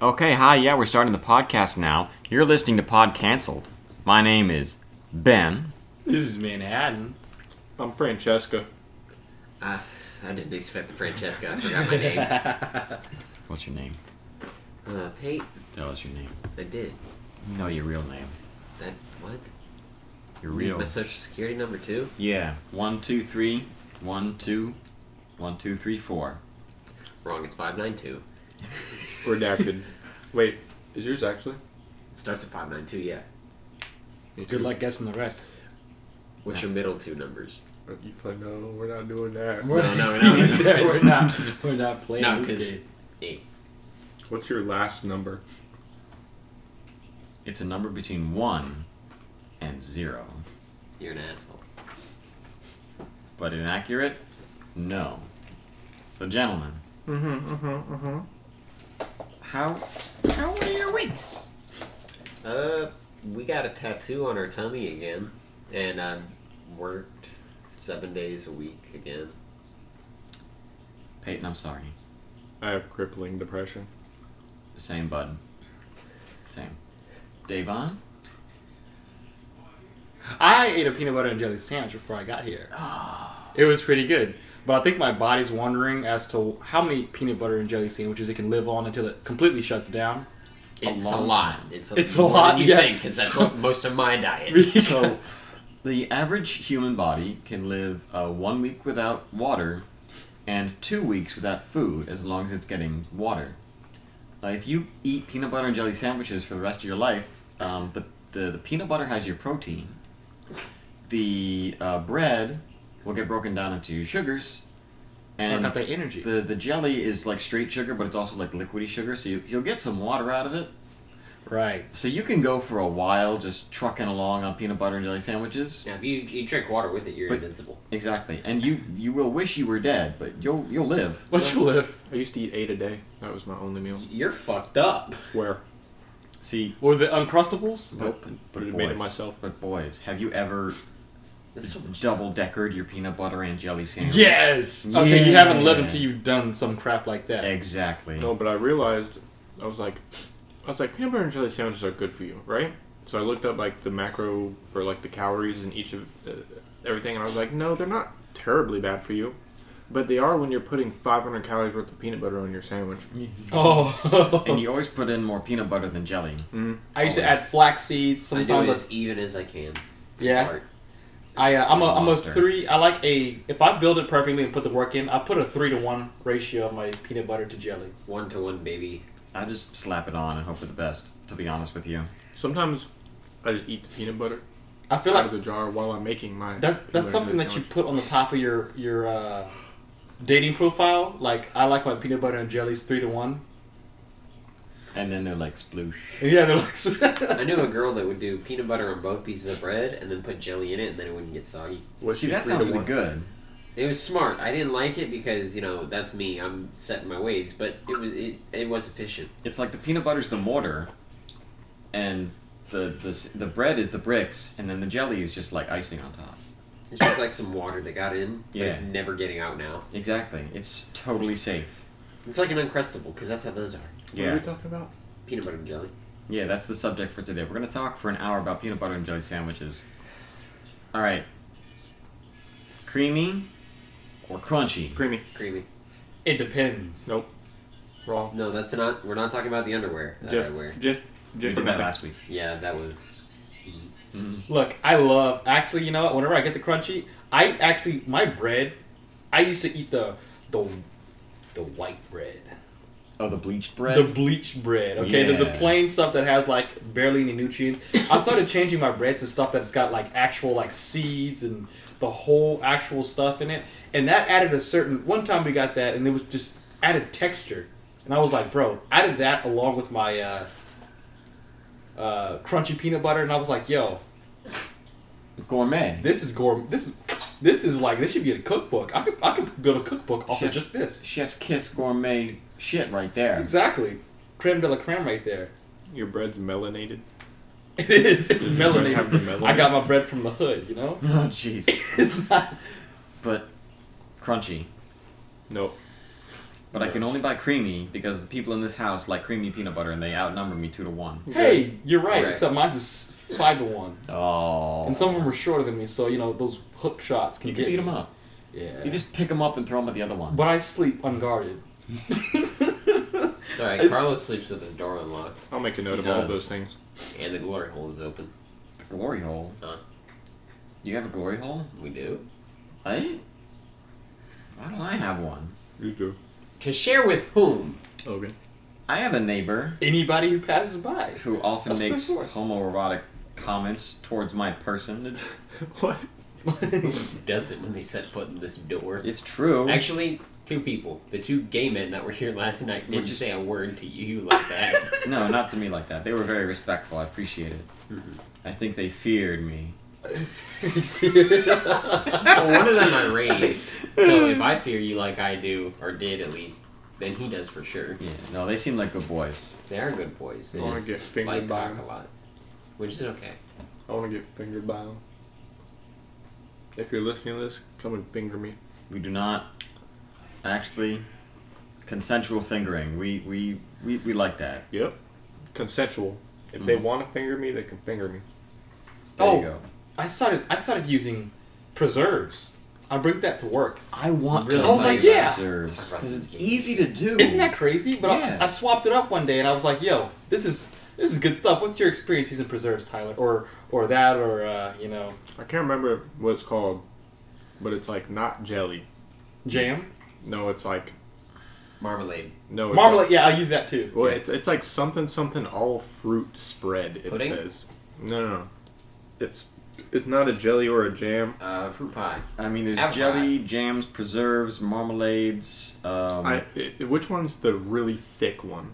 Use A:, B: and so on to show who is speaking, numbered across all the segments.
A: Okay, hi, yeah, we're starting the podcast now. You're listening to Pod Cancelled. My name is Ben.
B: This is Manhattan. I'm Francesca.
C: Uh, I didn't expect the Francesca. I forgot my name.
A: What's your name?
C: Uh, Pate.
A: Tell us your name.
C: I did.
A: No, your real name.
C: That what?
A: Your real.
C: My social security number too.
A: Yeah. One, two, three. One, two. One, two, three, four.
C: Wrong. It's five nine two.
B: Redacted. Wait, is yours actually?
C: It starts with five nine two. Yeah.
D: Good luck guessing the rest.
C: What's your middle two numbers?
B: You fuck no, we're not doing that.
D: We're
C: No,
D: not,
C: no, no.
D: he said we're not. We're not playing
C: No,
D: this
C: 'cause-
D: game.
C: Eh.
B: What's your last number?
A: It's a number between one and zero.
C: You're an asshole.
A: But inaccurate? No. So, gentlemen. Mm-hmm, mm-hmm, mm-hmm. How, how were your weeks?
C: Uh, we got a tattoo on our tummy again, and I worked seven days a week again.
A: Peyton, I'm sorry.
B: I have crippling depression.
A: Same, bud. Same. Davon?
D: I ate a peanut butter and jelly sandwich before I got here. It was pretty good. But I think my body's wondering as to how many peanut butter and jelly sandwiches it can live on until it completely shuts down.
C: It's a
A: long
C: lot.
A: time.
C: It's
D: It's a
C: more
D: lot,
C: Than you
D: yeah.
C: think? Because that's
D: So-
C: what most of my diet.
D: so
A: So, the average human body can live uh, one week without water and two weeks without food as long as it's getting water. Uh, if you eat peanut butter and jelly sandwiches for the rest of your life, um, the, the, the peanut butter has your protein. The uh, bread will get broken down into your sugars.
D: I
A: And
D: got that energy.
A: the, the jelly is like straight sugar, but it's also like liquidy sugar, so you, you'll get some water out of it.
D: right.
A: So you can go for a while just trucking along on peanut butter and jelly sandwiches.
C: Now, if you, you drink water with it, you're
A: But-
C: invincible.
A: Exactly, and you you will wish you were dead, but you'll you'll live.
D: What you live?
B: I used to eat eight a day. That was my only meal.
C: You're fucked up.
B: Where?
A: See,
D: Were the Uncrustables?
A: but, but
B: Would've
A: boys,
B: made it myself.
A: but boys, have you ever
C: That's so much.
A: double deckered your peanut butter and jelly sandwich?
D: Yes. Okay, you
A: Yeah.
D: haven't lived until you've done some crap like that.
A: exactly.
B: No, but I realized I was like, I was like, peanut butter and jelly sandwiches are good for you, right? So I looked up like the macro for like the calories in each of uh, everything, and I was like, no, they're not terribly bad for you, but they are when you're putting 500 calories worth of peanut butter on your sandwich.
D: Oh.
A: And you always put in more peanut butter than jelly.
D: I used to add flax seeds.
C: I do it
D: Sometimes
C: as even as I can. It's
D: Yeah.
C: hard.
D: I, uh, I'm a, I'm a
A: Monster.
D: three. I like a. If I build it perfectly and put the work in, I put a three to one ratio of my peanut butter to jelly.
C: One to one, baby.
A: I just slap it on and hope for the best. To be honest with you,
B: Sometimes I just eat the peanut butter
D: I feel
B: out
D: like
B: of the jar while I'm making my.
D: that's
B: peanut
D: that's
B: butter
D: something
B: jelly
D: that you
B: sandwich.
D: put on the top of your your uh, dating profile. Like I like my peanut butter and jellies three to one.
A: and then they're like sploosh.
D: And yeah, they're like.
C: I knew a girl that would do peanut butter on both pieces of bread and then put jelly in it and then it wouldn't get soggy.
B: What's
A: See,
B: your
A: that
B: three to
A: sounds really
B: one?
A: good.
C: It was smart. I didn't like it because, you know, that's me. I'm setting my ways, but it was it, it was efficient.
A: It's like the peanut butter's the mortar, and the the s- the bread is the bricks, and then the jelly is just like icing on top.
C: It's just like some water that got in, but it's
A: Yeah.
C: never getting out now.
A: Exactly, it's totally safe.
C: It's like an uncrustable because that's how those are.
B: What are we talking about?
C: Peanut butter and jelly.
A: Yeah, that's the subject for today. We're going to talk for an hour about peanut butter and jelly sandwiches. All right. Creamy or crunchy?
B: Creamy.
C: Creamy.
D: it depends.
B: Nope. Wrong.
C: No, that's not we're not talking about the underwear that I
B: Jeff.
C: wear.
B: Jeff.
A: We
B: Jeff.
A: did that last week.
C: Yeah, that was
D: Look, I love actually. You know what? Whenever I get the crunchy, I actually my bread. I used to eat the the the white bread.
A: Oh, the bleached bread?
D: The bleach bread, okay, the, the
A: Yeah.
D: plain stuff that has like barely any nutrients. I started changing my bread to stuff that's got like actual like seeds and the whole actual stuff in it, and that added a certain. One time we got that, and it was just added texture, and I was like, bro, added that along with my uh, uh, crunchy peanut butter, and I was like, yo,
A: Gourmet.
D: this is gourmet. This is this is like this should be in a cookbook. I could I could build a cookbook off
A: Chef-
D: of just this.
A: Chef's kiss gourmet shit right there.
D: Exactly, creme de la creme right there.
B: Your bread's melanated.
D: It is. It's
B: You don't have the
D: melanated.
B: melanin.
D: I got my bread from the hood, you know?
A: Oh, jeez.
D: It's not.
A: But crunchy.
B: Nope.
A: But I can only buy creamy because the people in this house like creamy peanut butter and they outnumber me two to one.
D: Hey, you're right.
C: Right.
D: Except mine's is five to one,
A: Oh.
D: and some of them are shorter than me. So you know those hook shots can
A: you
D: get
A: can eat them
D: me.
A: up.
D: Yeah.
A: You just pick them up and throw them at the other one.
D: But I sleep unguarded.
C: It's alright,
D: It's-
C: Carlos sleeps with his door unlocked
B: I'll make a note
C: He
B: of all
C: does.
B: those things.
C: and the glory hole is open.
A: The glory hole.
C: Huh?
A: You have a glory hole?
C: We do?
A: I. Why don't I have one?
B: You do.
C: To share with whom?
B: Logan.
A: I have a neighbor
D: Anybody who passes by.
A: who often
D: That's
A: makes
D: what I
A: homoerotic comments towards my personage.
B: what?
C: Doesn't when they set foot in this door.
A: It's true.
C: Actually, two people. The two gay men that were here last night didn't
D: Mm.
A: Which is-
C: say a word to you like that.
A: No, not to me like that. They were very respectful. I appreciate it. I think they feared me.
C: well, one of them I raised, so if I fear you like I do, or did at least, then he does for sure.
A: Yeah, no, they seemed like good boys.
C: They are good boys. They
B: I want to
C: just
B: get
C: like
B: fingered by
C: cock
B: him.
C: a lot, which is okay.
B: I want to get fingered by him. If you're listening to this, come and finger me.
A: We do not actually consensual fingering. We we we, we like that.
B: Yep. Consensual. If they want to finger me, they can finger me.
A: There
D: oh,
A: you go.
D: I started. I started using preserves. I bring that to work.
A: I want
C: Really?
A: to.
C: I was
A: buy
D: like, yeah.
A: preserves, 'cause it's easy to do.
D: Isn't that crazy? But
A: Yeah.
D: I, I swapped it up one day, and I was like, "Yo, this is this is good stuff." What's your experience using preserves, Tyler, or or that, or uh, you know,
B: I can't remember what it's called, but it's like not jelly.
D: jam,
B: No, it's like
C: Marmalade,
B: no. Oh, It's
D: marmalade?
B: Like,
D: Yeah, I use that too.
B: well, it's it's like something something all fruit spread. It
C: Pudding?
B: says. No, no, no. It's it's not a jelly or a jam.
C: uh, fruit pie.
A: I mean, there's
C: Apple
A: jelly, jams, preserves, marmalades. Um,
B: I, i which one's the really thick one?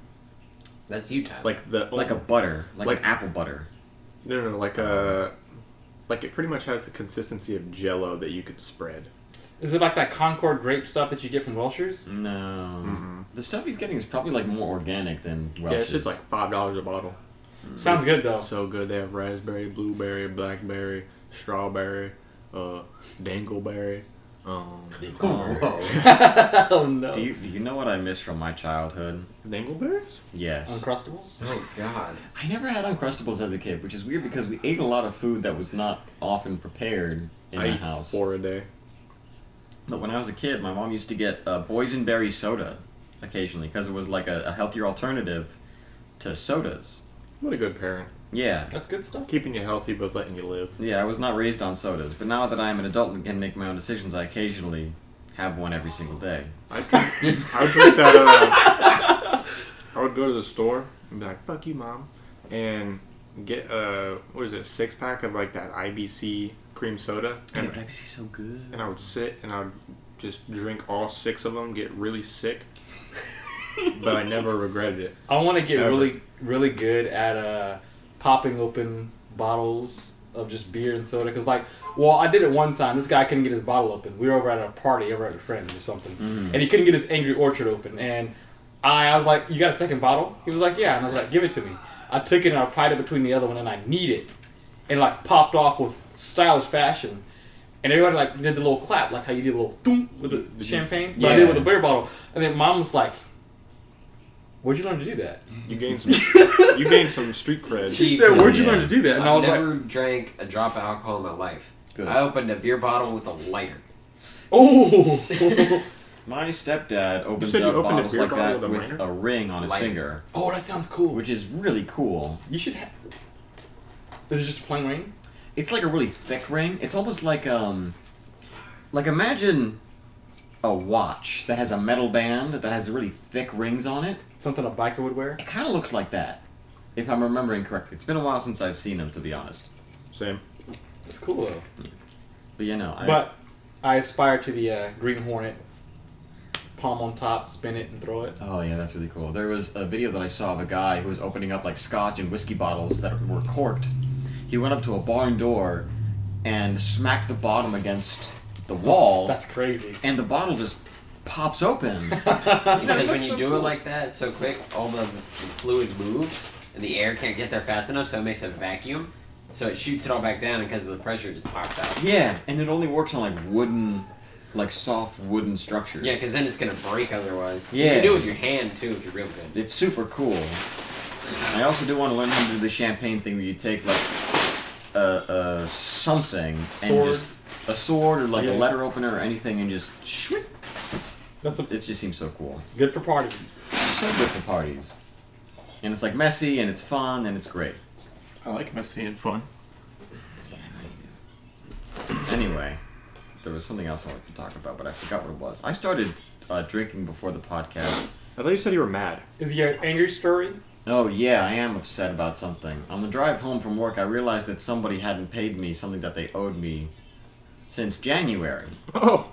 C: That's you, Tyler.
B: Like the
A: like a butter, like,
B: Like-
A: an apple butter.
B: no, no, no, like a like it pretty much has the consistency of Jello that you could spread.
D: Is it like that Concord grape stuff that you get from Welch's?
A: No, the stuff he's getting is probably like more organic than
B: Mm-hmm. yeah,
A: Welch's.
B: it's just like five dollars a bottle.
D: Sounds good though.
B: Mm-hmm. So good. They have raspberry, blueberry, blackberry, strawberry, uh, dangleberry. Um,
A: Oh.
D: oh no,
A: do you do you know what I miss from my childhood?
B: dangleberries?
A: Yes.
D: Uncrustables.
C: oh God.
A: I never had Uncrustables as a kid, which is weird because we ate a lot of food that was not often prepared in
B: I
A: the
B: eat
A: house.
B: four a day.
A: But when I was a kid, my mom used to get uh, boysenberry soda occasionally because it was like a, a healthier alternative to sodas.
B: What a good parent.
A: Yeah.
D: That's good stuff.
B: Keeping you healthy but letting you live.
A: Yeah, I was not raised on sodas, but now that I am an adult and can make my own decisions, I occasionally have one every single day.
B: I drink, I would drink that. Uh, I would go to the store and be like, "Fuck you, mom," and get uh, what is it, a six pack of like that IBC cream soda,
A: Yeah,
B: and,
A: but IBC's so good.
B: and I would sit and I would just drink all six of them, get really sick, but I never regretted it.
D: I want to get
B: Ever.
D: really, really good at uh, popping open bottles of just beer and soda. Cause like, well, I did it one time. This guy couldn't get his bottle open. We were over at a party over at a friend's or something, and he couldn't get his Angry Orchard open. And I, I was like, "You got a second bottle?" He was like, "Yeah." And I was like, "Give it to me." I took it and I pried it between the other one, and I kneed it, and like popped off with stylish fashion. And everybody like did the little clap, like how you did a little thump with the champagne. But I did it with a
A: Yeah.
D: beer bottle. And then mom was like, "Where'd you learn to do that?"
B: You gained some, you gained some street cred.
D: She said, "Where'd you
A: Yeah.
D: learn to do that?" And
C: I've
D: I was
C: never
D: like,
C: drank a drop of alcohol in my life.
A: Good.
C: I opened a beer bottle with a lighter.
D: "Oh,
A: My stepdad opens
B: said you
A: up
B: opened a
A: bottles
B: beer
A: like
B: bottle
A: that
B: with a
A: with
B: lighter?
A: a ring on his
C: Lighter.
A: finger,
D: oh, that sounds cool."
A: which is really cool.
D: you should have. This is just a plain ring.
A: It's like a really thick ring. It's almost like um, like imagine a watch that has a metal band that has really thick rings on it.
D: Something a biker would wear.
A: It kind of looks like that, if I'm remembering correctly. It's been a while since I've seen them, to be honest.
B: Same.
D: It's cool though.
A: But you know, I,
D: But I aspire to the uh, Green Hornet. Palm on top, spin it and throw it.
A: Oh yeah, that's really cool. There was a video that I saw of a guy who was opening up like scotch and whiskey bottles that were corked. He went up to a barn door and smacked the bottom against the wall,
D: That's crazy.
A: and the bottle just pops open.
C: Because when
A: looks
C: you
A: so
C: do
A: cool.
C: it like that so quick, all the, the fluid moves and the air can't get there fast enough, so it makes a vacuum. So it shoots it all back down, and because of the pressure, it just pops out.
A: yeah, and it only works on like wooden like soft wooden structures.
C: Yeah, because then it's gonna break otherwise.
A: Yeah.
C: You can do it with your hand too if you're real good.
A: it's super cool. I also do want to learn how to do the champagne thing where you take like a a something and
D: Sword.
A: just a sword or like
D: Yeah.
A: a letter opener or anything and just shwip.
D: That's a,
A: It just seems so cool.
D: good for parties.
A: So good for parties. And it's like messy and it's fun and it's great.
B: I like messy and fun.
A: Anyway, there was something else I wanted to talk about, but I forgot what it was. I started uh, drinking before the podcast.
B: I thought you said you were mad.
D: Is your angry story?
A: Oh yeah, I am upset about something. On the drive home from work, I realized that somebody hadn't paid me something that they owed me since January.
B: Oh,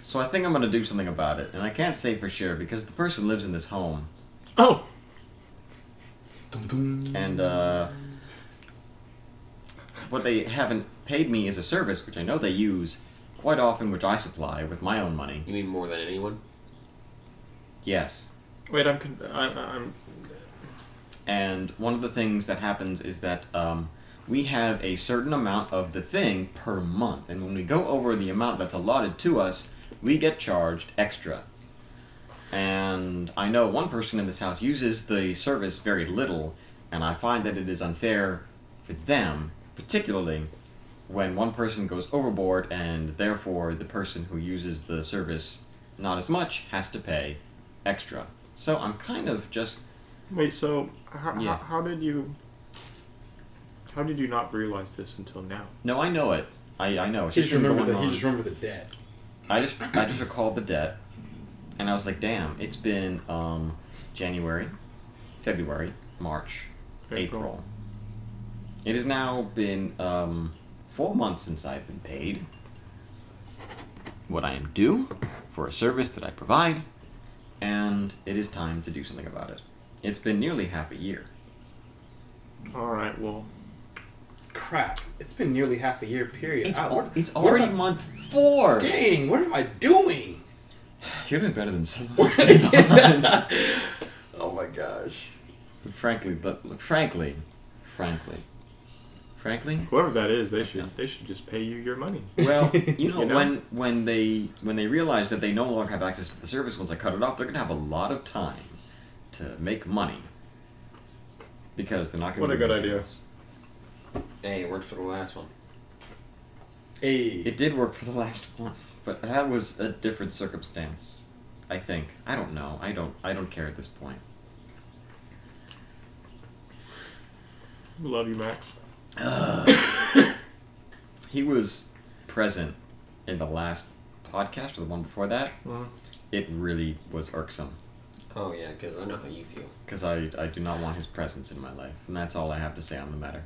A: So I think I'm gonna do something about it, and I can't say for sure because the person lives in this home,
B: oh,
A: and uh, what they haven't paid me is a service which I know they use quite often, which I supply with my own money.
C: You mean more than anyone?
A: Yes.
B: wait, I'm, con- I, I'm.
A: And one of the things that happens is that um, we have a certain amount of the thing per month. And when we go over the amount that's allotted to us, we get charged extra. And I know one person in this house uses the service very little, and I find that it is unfair for them, particularly when one person goes overboard and therefore the person who uses the service not as much has to pay extra. So I'm kind of just
B: Wait, so how,
A: Yeah.
B: how, how did you? How did you not realize this until now?
A: No, I know it. I, I know. It's
D: He just
A: been
D: remember
A: going
D: the, he
A: on.
D: just remember the debt.
A: I just I just recalled the debt, and I was like, damn, it's been um, January, February, March, April.
B: April.
A: It has now been um, four months since I've been paid. What I am due for a service that I provide, and it is time to do something about it. It's been nearly half a year.
B: All right, well,
D: Crap! It's been nearly half a year. Period.
A: It's,
D: I-
A: al-
D: what-
A: it's
D: what
A: already
D: am I-
A: month four.
D: Dang! What am I doing?
A: You're doing better than some of us.
D: oh my gosh!
A: Frankly, but frankly, frankly, frankly.
B: whoever that is, they should they should just pay you your money.
A: Well, you know,
B: You know?
A: when when they when they realize that they no longer have access to the service once I cut it off, they're gonna have a lot of time to make money because they're not gonna.
B: What a
A: do
B: good
A: anything
B: idea.
A: else.
C: Hey, it worked for the last one.
D: Hey,
A: It did work for the last one, but that was a different circumstance. I think. I don't know. I don't. I don't care at this point.
B: Love you, Max.
A: He was present in the last podcast or the one before that.
B: Mhm.
A: It really was irksome.
C: Oh yeah, because I know how you feel.
A: because I, I do not want his presence in my life, and that's all I have to say on the matter.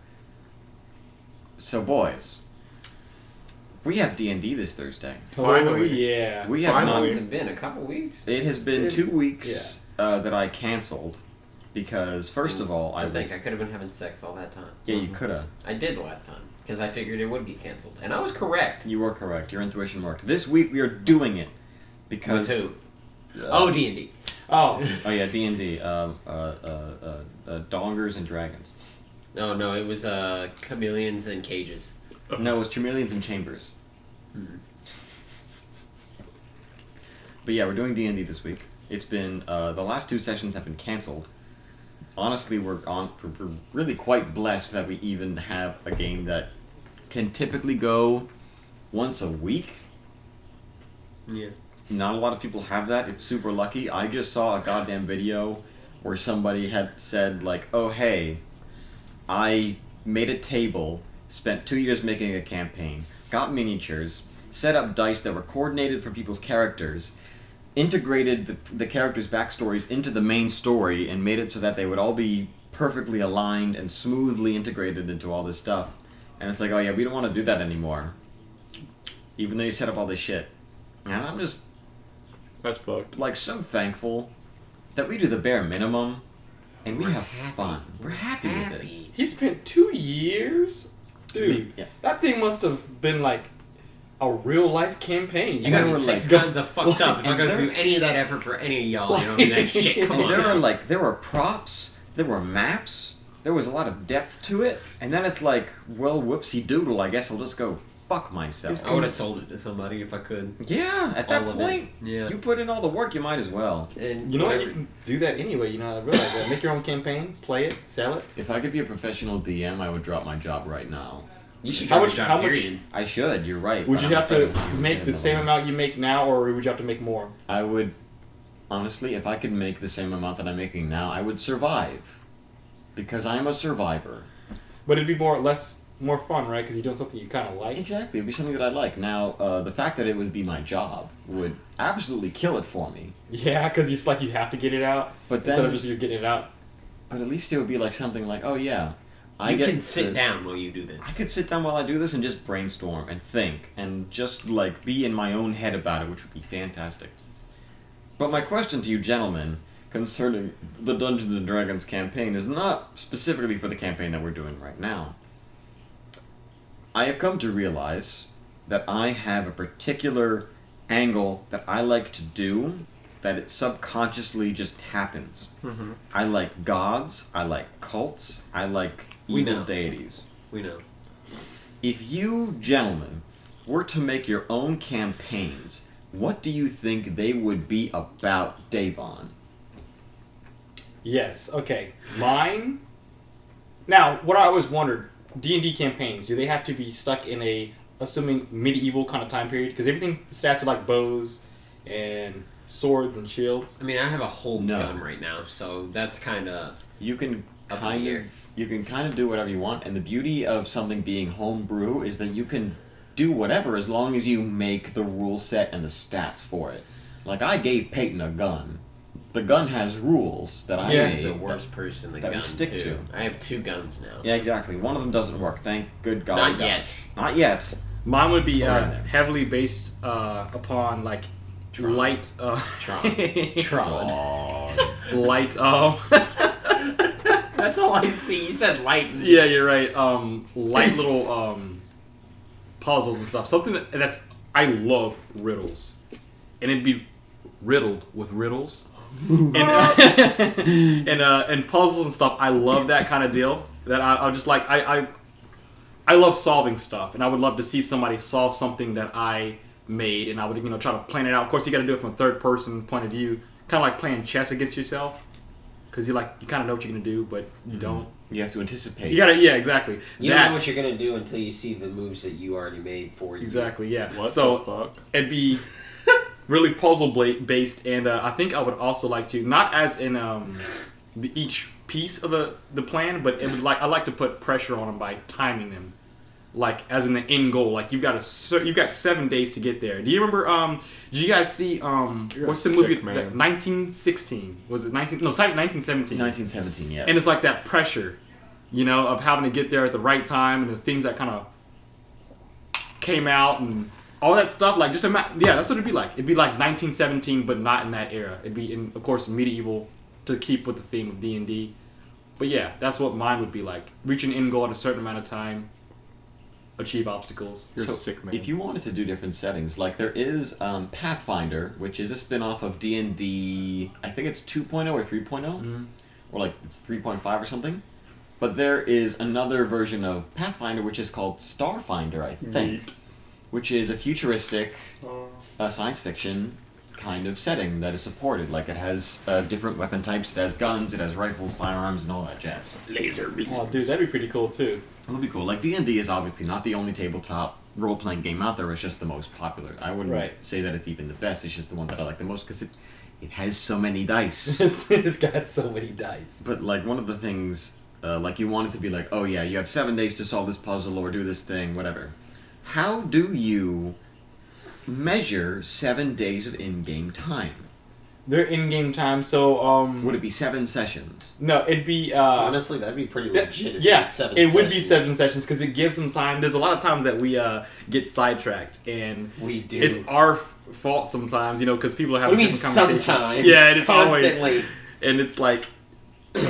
A: So, boys, we have D and D this Thursday.
B: Finally.
D: Oh, yeah.
A: We have
C: How long has
A: not.
B: Finally.
C: it been? A couple weeks.
A: It has been
D: It-
A: two weeks uh, that I canceled because first of all,
C: I
A: I was
C: think I could have been having sex all that time.
A: yeah you coulda
C: I did last time because I figured it would be canceled, and I was correct.
A: you were correct your intuition worked. This week we are doing it because
C: With who?
A: uh,
C: oh, D and D.
D: oh,
A: oh yeah D and D uh, uh, uh, uh, uh, dongers and dragons.
C: No, no, it was uh, chameleons and cages.
A: No, it was Chameleons and Chambers. But yeah, we're doing D and D this week. It's been uh, the last two sessions have been canceled. Honestly, we're on. We're we're really quite blessed that we even have a game that can typically go once a week.
C: Yeah.
A: Not a lot of people have that. It's super lucky. I just saw a goddamn video where somebody had said like, "Oh hey, I made a table, spent two years making a campaign, got miniatures, set up dice that were coordinated for people's characters, integrated the, the characters' backstories into the main story, and made it so that they would all be perfectly aligned and smoothly integrated into all this stuff. And it's like, oh yeah, we don't want to do that anymore. Even though you set up all this shit. And I'm just
B: That's fucked.
A: like so thankful that we do the bare minimum and we have fun. We're happy, with it.
D: he spent two years, dude.
A: Yeah.
D: That thing must have been like a real life campaign.
A: And
C: You got
A: then
C: me
A: we're
C: six
A: like-
C: guns of fucked up. If I
A: and
C: go
A: there-
C: through any of that effort for any of y'all, you know what I mean? That shit, come
A: And there were
C: on.
A: like there were props, there were maps, there was a lot of depth to it, and then it's like, well, whoopsie doodle. I guess I'll just go fuck myself.
C: I would have sold it to somebody if I could.
A: Yeah, at
C: All
A: that
C: of
A: point,
C: it. Yeah.
A: you put in all the work, you might as well.
C: And
E: You know what? You
C: whatever-
E: can do that anyway. You know, I realize that. Make your own campaign, play it, sell it.
A: If I could be a professional DM, I would drop my job right now.
C: You should
E: How
C: drop a
E: much-
C: job,
E: how much-
C: period.
A: I should. You're right.
E: Would
A: but
E: you
A: I'm
E: have to
A: afraid I'm
E: make
A: gonna
E: the
A: get
E: same
A: another-
E: amount you make now, or would you have to make more?
A: I would, honestly, if I could make the same amount that I'm making now, I would survive, because I'm a survivor.
E: But it'd be more less more fun, right? Because you're doing something you kind of like.
A: Exactly, it'd be something that I like. Now, uh, the fact that it would be my job would absolutely kill it for me.
E: Yeah, because it's like you have to get it out
A: But
E: instead
A: then,
E: of just you're getting it out.
A: but at least it would be like something like, oh yeah, I
C: you
A: get
C: can sit
A: to-
C: down while you do
A: I
C: this.
A: could sit down while I do this and just brainstorm and think and just like be in my own head about it, which would be fantastic. But my question to you gentlemen concerning the Dungeons and Dragons campaign is not specifically for the campaign that we're doing right now. I have come to realize that I have a particular angle that I like to do that it subconsciously just happens.
C: Mm-hmm.
B: Mhm.
A: I like gods, I like cults, I like
C: We
A: evil
C: know.
A: deities.
C: We know.
A: If you gentlemen were to make your own campaigns, what do you think they would be about Davon?
E: Yes. Okay. Mine. Now, what I always wondered: D and D campaigns do they have to be stuck in a assuming medieval kind of time period? Because everything the stats are like bows and swords and shields.
C: I mean, I have a whole
A: No.
C: gun right now, so that's kind of
A: You can
C: Up in
A: kind
C: the
A: of
C: air.
A: you can kind of do whatever you want, and the beauty of something being homebrew is that you can do whatever as long as you make the rule set and the stats for it. Like I gave Peyton a gun. The gun has rules that I
E: Yeah,
A: made.
C: the worst person. The
A: that we
C: gun
A: stick
C: too.
A: to.
C: I have two guns now.
A: Yeah, exactly. One of them doesn't work. Thank good God.
C: Not
A: it doesn't.
C: yet.
A: Not yet.
D: Mine would be
A: uh,
D: uh, heavily based uh, upon like
C: Tron.
D: light, uh,
C: Tron. Tron.
A: Aw.
D: light. Um,
C: That's all I see. You said light.
D: yeah, you're right. Um, light little um, puzzles and stuff. Something that, that's I love riddles, and it'd be riddled with riddles, and uh, and uh, and puzzles and stuff. I love that kind of deal. That I, I just like I, I I love solving stuff, and I would love to see somebody solve something that I made, and I would you know try to plan it out. Of course, you got to do it from a third person point of view, kind of like playing chess against yourself, because you like you kind of know what you're gonna do, but you don't.
A: you have to anticipate.
D: You gotta, yeah, exactly.
C: You
D: that,
C: don't know what you're gonna do until you see the moves that you already made for you.
D: exactly, yeah.
B: What the
D: so
B: fuck?
D: it'd be really puzzle bla- based, and uh, I think I would also like to not as in um, the, each piece of the the plan, but it would like I like to put pressure on them by timing them, like as in the end goal. Like you've got a cer- you've got seven days to get there. Do you remember? Um, did you guys see? Um,
B: You're a
D: what's the movie?
B: sick man.
D: Nineteen sixteen was it? Nineteen? No, sorry, nineteen seventeen.
A: 1917, yes.
D: and it's like that pressure, you know, of having to get there at the right time and the things that kind of came out and all that stuff. Like just ima- yeah, that's what it'd be like. It'd be like 1917, but not in that era. It'd be in, of course, medieval to keep with the theme of D and D. But yeah, that's what mine would be like. Reach an end goal in a certain amount of time, achieve obstacles.
B: You're a sick man.
A: If you wanted to do different settings, like there is um, Pathfinder, which is a spin-off of D&D, I think it's 2.0 or 3 or like it's 3.5 or something. But there is another version of Pathfinder which is called Starfinder, I think, which is a futuristic uh, science fiction kind of setting that is supported. Like it has uh, different weapon types, it has guns, it has rifles, firearms, and all that jazz.
B: laser beam.
E: Oh, dude, that'd be pretty cool too.
A: It would be cool. Like D and D is obviously not the only tabletop role playing game out there. It's just the most popular. I wouldn't
E: Right.
A: say that it's even the best. It's just the one that I like the most because it it has so many dice.
E: this it's got so many dice.
A: but like one of the things, uh, like you want it to be like, oh yeah, you have seven days to solve this puzzle or do this thing, whatever. How do you measure seven days of in game time?
E: They're in game time, so um.
A: Would it be seven sessions?
E: no, it'd be uh.
C: Honestly, that'd be pretty
E: That,
C: legit. if
E: yeah,
C: was seven
E: it would be
C: sessions.
E: seven sessions because it gives them time.
D: There's a lot of times that we uh, get sidetracked and
C: We do.
D: it's our fault sometimes, you know, because people are
C: what do
D: having
C: you mean
D: different conversations.
C: sometimes?
D: Yeah, it's always
C: constantly.
D: and it's like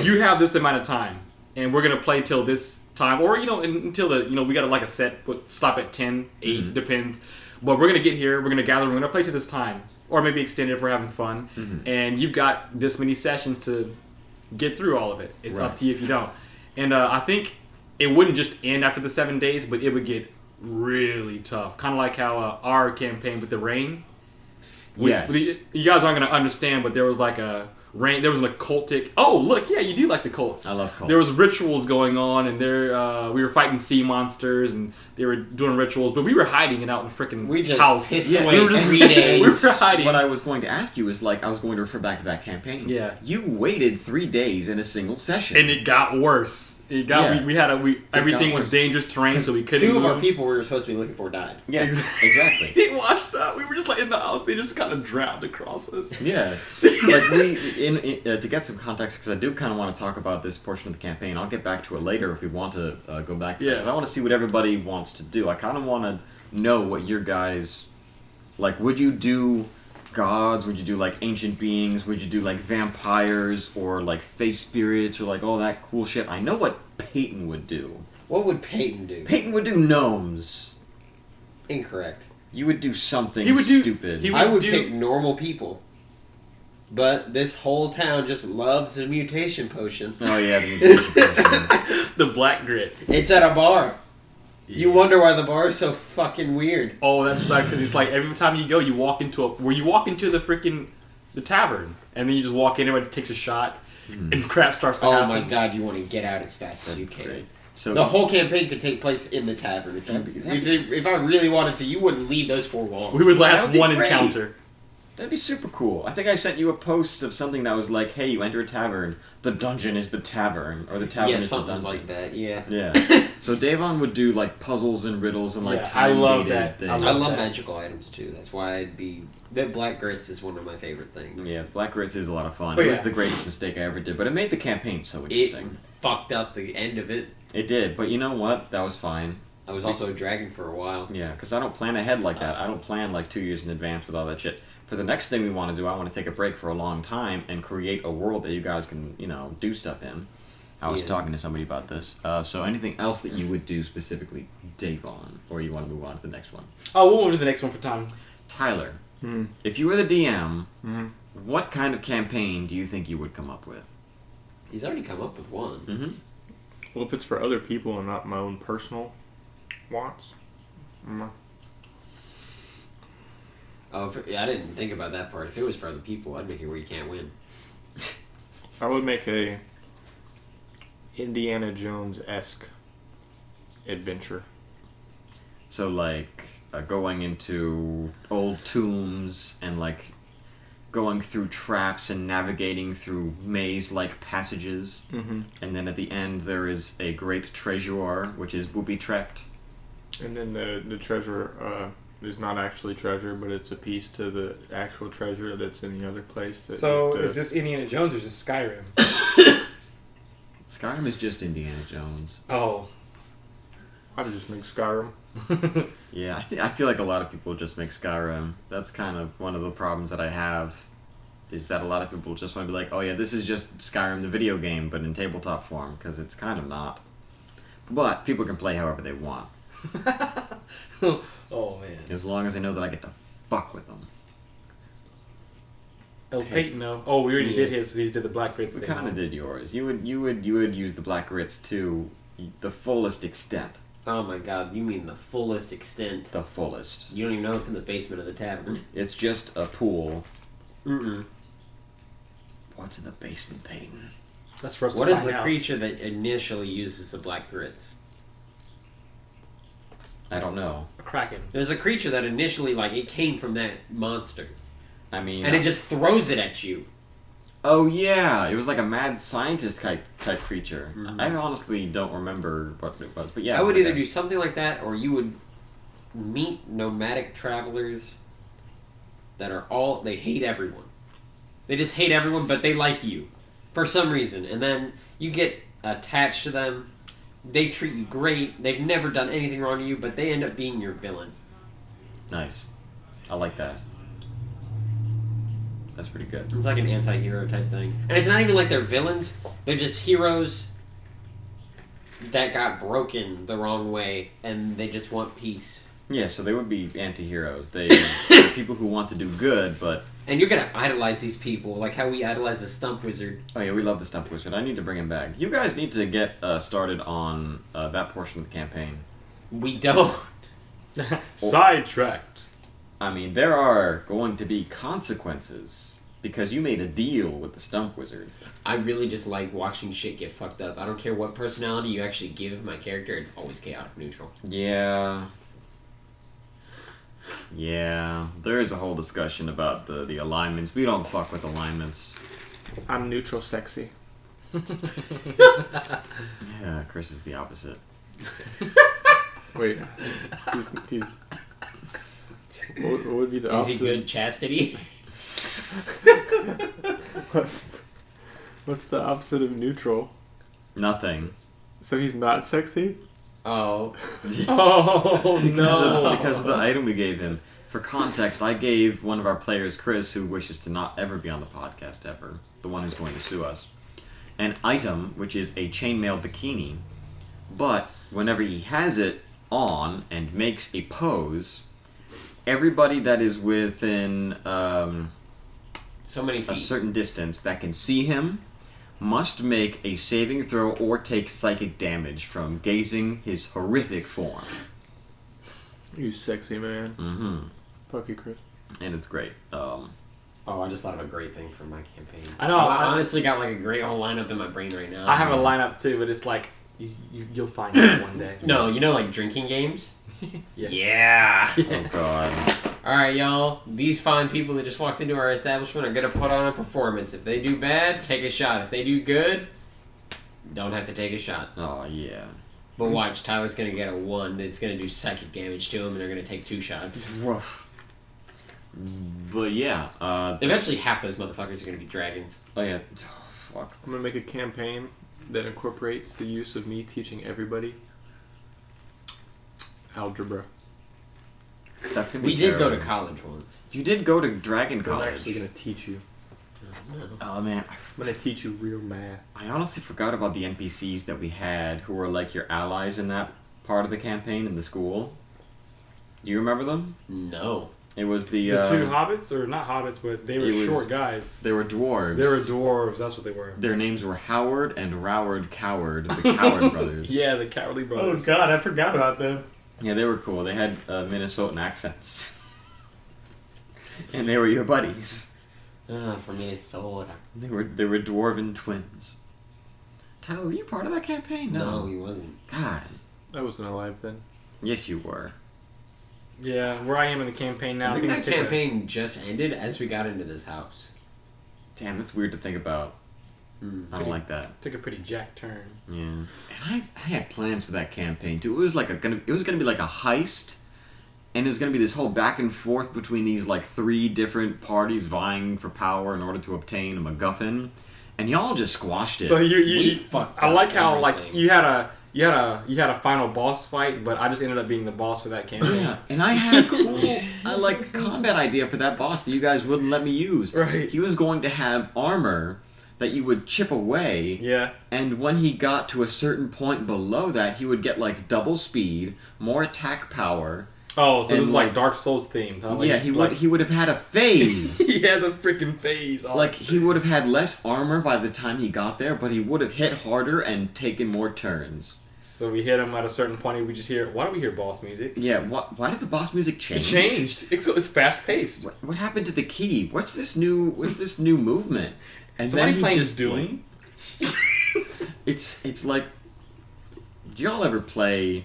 D: you have this amount of time and we're gonna play till this time or you know un- until the you know we gotta like a set put, stop at 10 8
C: Mm-hmm.
D: depends but we're gonna get here we're gonna gather we're gonna play till this time or maybe extend it if we're having fun
C: Mm-hmm.
D: and you've got this many sessions to get through all of it it's up
A: Right.
D: to you if you don't and uh, i think it wouldn't just end after the seven days but it would get
F: really tough. Kind of like how uh, our campaign with the rain. We-
A: Yes.
F: we- you guys aren't gonna understand, but there was like a rain. There was an occultic. Oh, look, yeah, you do like the cults.
A: I love cults.
F: There was rituals going on, and there uh, we were fighting sea monsters, and they were doing rituals, but we were hiding it out in the freaking
G: We just
F: house.
G: pissed
A: Yeah,
G: away
A: we were just-
G: three
F: we were
G: days.
F: hiding.
A: What I was going to ask you is like I was going to refer back to that campaign.
F: Yeah.
A: You waited three days in a single session.
F: and it got worse. It got
A: Yeah.
F: we, we had a we everything was
A: worse.
F: dangerous terrain, so we couldn't.
G: Two of
F: move.
G: our people we were supposed to be looking for died.
A: yeah,
F: Ex-
A: exactly.
F: They washed up. We were just like in the house. They just kind of drowned across us.
A: Yeah, like we in, in uh, to get some context because I do kind of want to talk about this portion of the campaign. I'll get back to it later if we want to uh, go back.
F: Yeah.
A: because I want to see what everybody wants to do. I kind of want to know what your guys like. Would you do gods? Would you do like ancient beings? Would you do like vampires or like face spirits or like all that cool shit? I know what Peyton would do.
C: What would Peyton do?
A: Peyton would do gnomes.
C: Incorrect.
A: You would do something
F: He would do-
A: stupid.
F: he
C: I would
F: do-
C: pick normal people. But this whole town just loves the mutation potion.
A: oh yeah, the mutation potion.
F: The black grits.
C: It's at a bar. You wonder why the bar is so fucking weird.
F: Oh, that's like because it's like every time you go, you walk into a where you walk into the freaking the tavern, and then you just walk in. Everybody takes a shot, and crap starts to
C: Oh
F: happen.
C: my god, you want to get out as fast as you can.
A: So
C: The whole campaign could take place in the tavern. If, you, if, you- if I really wanted to, you wouldn't leave those four walls.
F: We would
A: That
F: last
A: would be
F: one
A: great.
F: encounter.
A: That'd be super cool. I think I sent you a post of something that was like, "Hey, you enter a tavern. The dungeon is the tavern, or the tavern
C: yeah,
A: is the
C: something
A: dungeon."
C: like that. Yeah,
A: Yeah. so Davon would do like puzzles and riddles and like
F: Yeah, I
A: time
F: love
A: dated
F: that.
A: things.
F: I
C: I love
F: that.
C: magical items too. That's why I'd be that black grits is one of my favorite things.
A: yeah, Black Ritz is a lot of fun.
F: But
A: it was
F: Oh, yeah.
A: the greatest mistake I ever did, but it made the campaign so
C: it
A: interesting.
C: fucked up the end of it.
A: It, did, but you know what? That was fine.
C: I was also a dragon for a while.
A: Yeah, because I don't plan ahead like that. I don't plan like two years in advance with all that shit. For the next thing we want to do, I want to take a break for a long time and create a world that you guys can, you know, do stuff in. I was
C: Yeah.
A: talking to somebody about this. Uh, so, anything else that you would do specifically, Davon, or you want to move on to the next one?
F: Oh, we'll move to the next one for time.
A: Tyler,
B: Hmm.
A: if you were the DM,
B: Mhm.
A: what kind of campaign do you think you would come up with?
C: He's already come up with one.
A: Mm-hmm.
B: Well, if it's for other people and not my own personal wants, mm,
C: Oh, if, yeah, I didn't think about that part. If it was for other people, I'd make it where you can't win.
B: I would make a Indiana Jones esque adventure.
A: So, like, uh, going into old tombs and, like, going through traps and navigating through maze like passages.
B: Mm-hmm.
A: And then at the end, there is a great treasure, which is booby trapped.
B: And then the the treasure uh, is not actually treasure, but it's a piece to the actual treasure that's in the other place. That uh,
D: So
B: the-
D: is this Indiana Jones or is this Skyrim?
A: Skyrim is just Indiana Jones.
D: Oh,
B: I would just make Skyrim.
A: Yeah, I, th- I feel like a lot of people just make Skyrim. That's kind of one of the problems that I have, is that a lot of people just want to be like, oh yeah, this is just Skyrim, the video game, but in tabletop form, because it's kind of not. But people can play however they want,
D: oh man.
A: as long as they know that I get to fuck with them.
F: El
A: Hey.
F: Peyton, no. Oh, we already
C: Yeah.
F: did his. He did the black grits.
A: We
F: thing.
A: kind of did yours. You would, you would, you would use the black grits to the fullest extent,
C: Oh my god, you mean the fullest extent.
A: the fullest.
C: You don't even know it's in the basement of the tavern.
A: It's just a pool.
C: Mm-mm.
A: What's in the basement, Peyton?
F: That's for us
C: What
F: to
C: is
F: find
C: the
F: out.
C: creature that initially uses the black grits?
A: I don't know.
F: A kraken.
C: There's a creature that initially, like, it came from that monster.
A: I mean,
C: And it just throws it at you.
A: oh yeah, it was like a mad scientist type type creature. I honestly don't remember what it was, but yeah,
C: Mm-hmm. I
A: it
C: would
A: was
C: either
A: like
C: do something like that, or you would meet nomadic travelers that are all they hate everyone. They just hate everyone, but they like you for some reason, and then you get attached to them. They treat you great. They've never done anything wrong to you, but they end up being your villain.
A: a- nice. I like that. That's pretty good.
C: It's like an anti-hero type thing, and it's not even like they're villains. They're just heroes that got broken the wrong way, and they just want peace.
A: Yeah, so they would be anti-heroes. They they're people who want to do good, but
C: And you're gonna idolize these people, like how we idolize the stump wizard.
A: Oh yeah, we love the stump wizard. I need to bring him back. You guys need to get uh, started on uh, that portion of the campaign.
C: We don't.
F: Sidetracked.
A: I mean, there are going to be consequences because you made a deal with the Stump Wizard.
C: I really just like watching shit get fucked up. I don't care what personality you actually give my character, it's always chaotic neutral.
A: Yeah. Yeah, there is a whole discussion about the, the alignments. We don't fuck with alignments.
B: I'm neutral sexy.
A: Yeah, Chris is the opposite.
B: Wait, he's, he's what, would- what would be the
C: Is he
B: opposite?
C: good chastity?
B: What's, what's the opposite of neutral?
A: Nothing.
B: So he's not sexy.
C: Oh.
F: Oh
A: Because of, because of the item we gave him. For context, I gave one of our players, Chris, who wishes to not ever be on the podcast ever, the one who's going to sue us, an item which is a chainmail bikini. But whenever he has it on and makes a pose, everybody that is within um,
C: So many
A: a
C: feet.
A: certain distance that can see him must make a saving throw or take psychic damage from gazing his horrific form.
B: You sexy man.
A: hmm
B: Fuck you, Chris.
A: and it's great. Um,
C: oh, I just thought of a great thing for my campaign.
D: I know,
C: Oh, I,
D: I-
C: honestly got like a great whole lineup in my brain right now.
D: I have a
A: Um,
D: lineup too, but it's like you, you, you'll find it one day.
C: No, you know, like drinking games?
D: Yes.
C: Yeah.
A: oh god,
C: All right, y'all. These fine people that just walked into our establishment are gonna put on a performance. If they do bad, take a shot. If they do good, don't have to take a shot.
A: oh yeah,
C: But watch, Tyler's gonna get a one. It's gonna do psychic damage to him, and they're gonna take two shots.
A: but yeah, uh,
C: Eventually, half those motherfuckers are gonna be dragons.
A: oh yeah, oh, fuck.
B: I'm gonna make a campaign that incorporates the use of me teaching everybody algebra.
A: That's gonna be.
C: We did go to
A: terrible.
C: college once.
A: You did go to Dragon
B: I'm
A: College.
B: actually gonna teach you.
A: Oh man, I,
B: I'm gonna teach you real math.
A: I honestly forgot about the NPCs that we had who were like your allies in that part of the campaign in the school. Do you remember them?
C: No.
A: It was the,
D: The
A: uh,
D: two hobbits, or not hobbits, but they were
A: It was-
D: short guys.
A: they were dwarves.
D: They were dwarves. That's what they were.
A: Their names were Howard and Roward Coward, the Coward brothers.
D: Yeah, the
B: Oh,
D: Cowardly Brothers.
F: God, I forgot about them.
A: Yeah, they were cool. They had uh, Minnesotan accents. and they were your buddies.
C: Uh, for me, it's so
A: They were they were dwarven twins. Tyler, were you part of that campaign?
C: No, he wasn't.
A: God.
B: I wasn't alive then.
A: Yes, you were.
D: Yeah, where I am in the campaign now,
C: I think
D: things
C: that
D: take a-
C: campaign just ended as we got into this house.
A: Damn, that's weird to think about. I don't
D: Pretty-
A: like that.
D: took a pretty jack turn.
A: Yeah. And I, I had plans for that campaign too. It was like a gonna it was gonna be like a heist, and it was gonna be this whole back and forth between these like three different parties vying for power in order to obtain a MacGuffin, and y'all just squashed it.
D: So you, you,
C: We
D: you-
C: fucked
D: I
C: up
D: like how like
C: everything.
D: you had a you had a you had a final boss fight, but I just ended up being the boss for that campaign.
A: Yeah, and I had a cool, I like combat idea for that boss that you guys wouldn't let me use.
D: Right.
A: He was going to have armor that you would chip away,
D: Yeah.
A: and when he got to a certain point below that, he would get like double speed, more attack power.
D: Oh, so
A: And
D: this is like
A: like-
D: Dark Souls themed, huh? Like,
A: yeah, he
D: like,
A: would he would have had a phase.
D: he has a freaking phase. all-
A: like he would have had less armor by the time he got there, but he would have hit harder and taken more turns.
D: so we hit him at a certain point. and We just hear why do we hear boss music?
A: Yeah, wh- why did the boss music
D: It
A: change?
D: changed. It's, it's fast paced.
A: What, what happened to the key? What's this new? What's this new movement? And
D: Somebody playing Doom?
A: like, it's it's like, do y'all ever play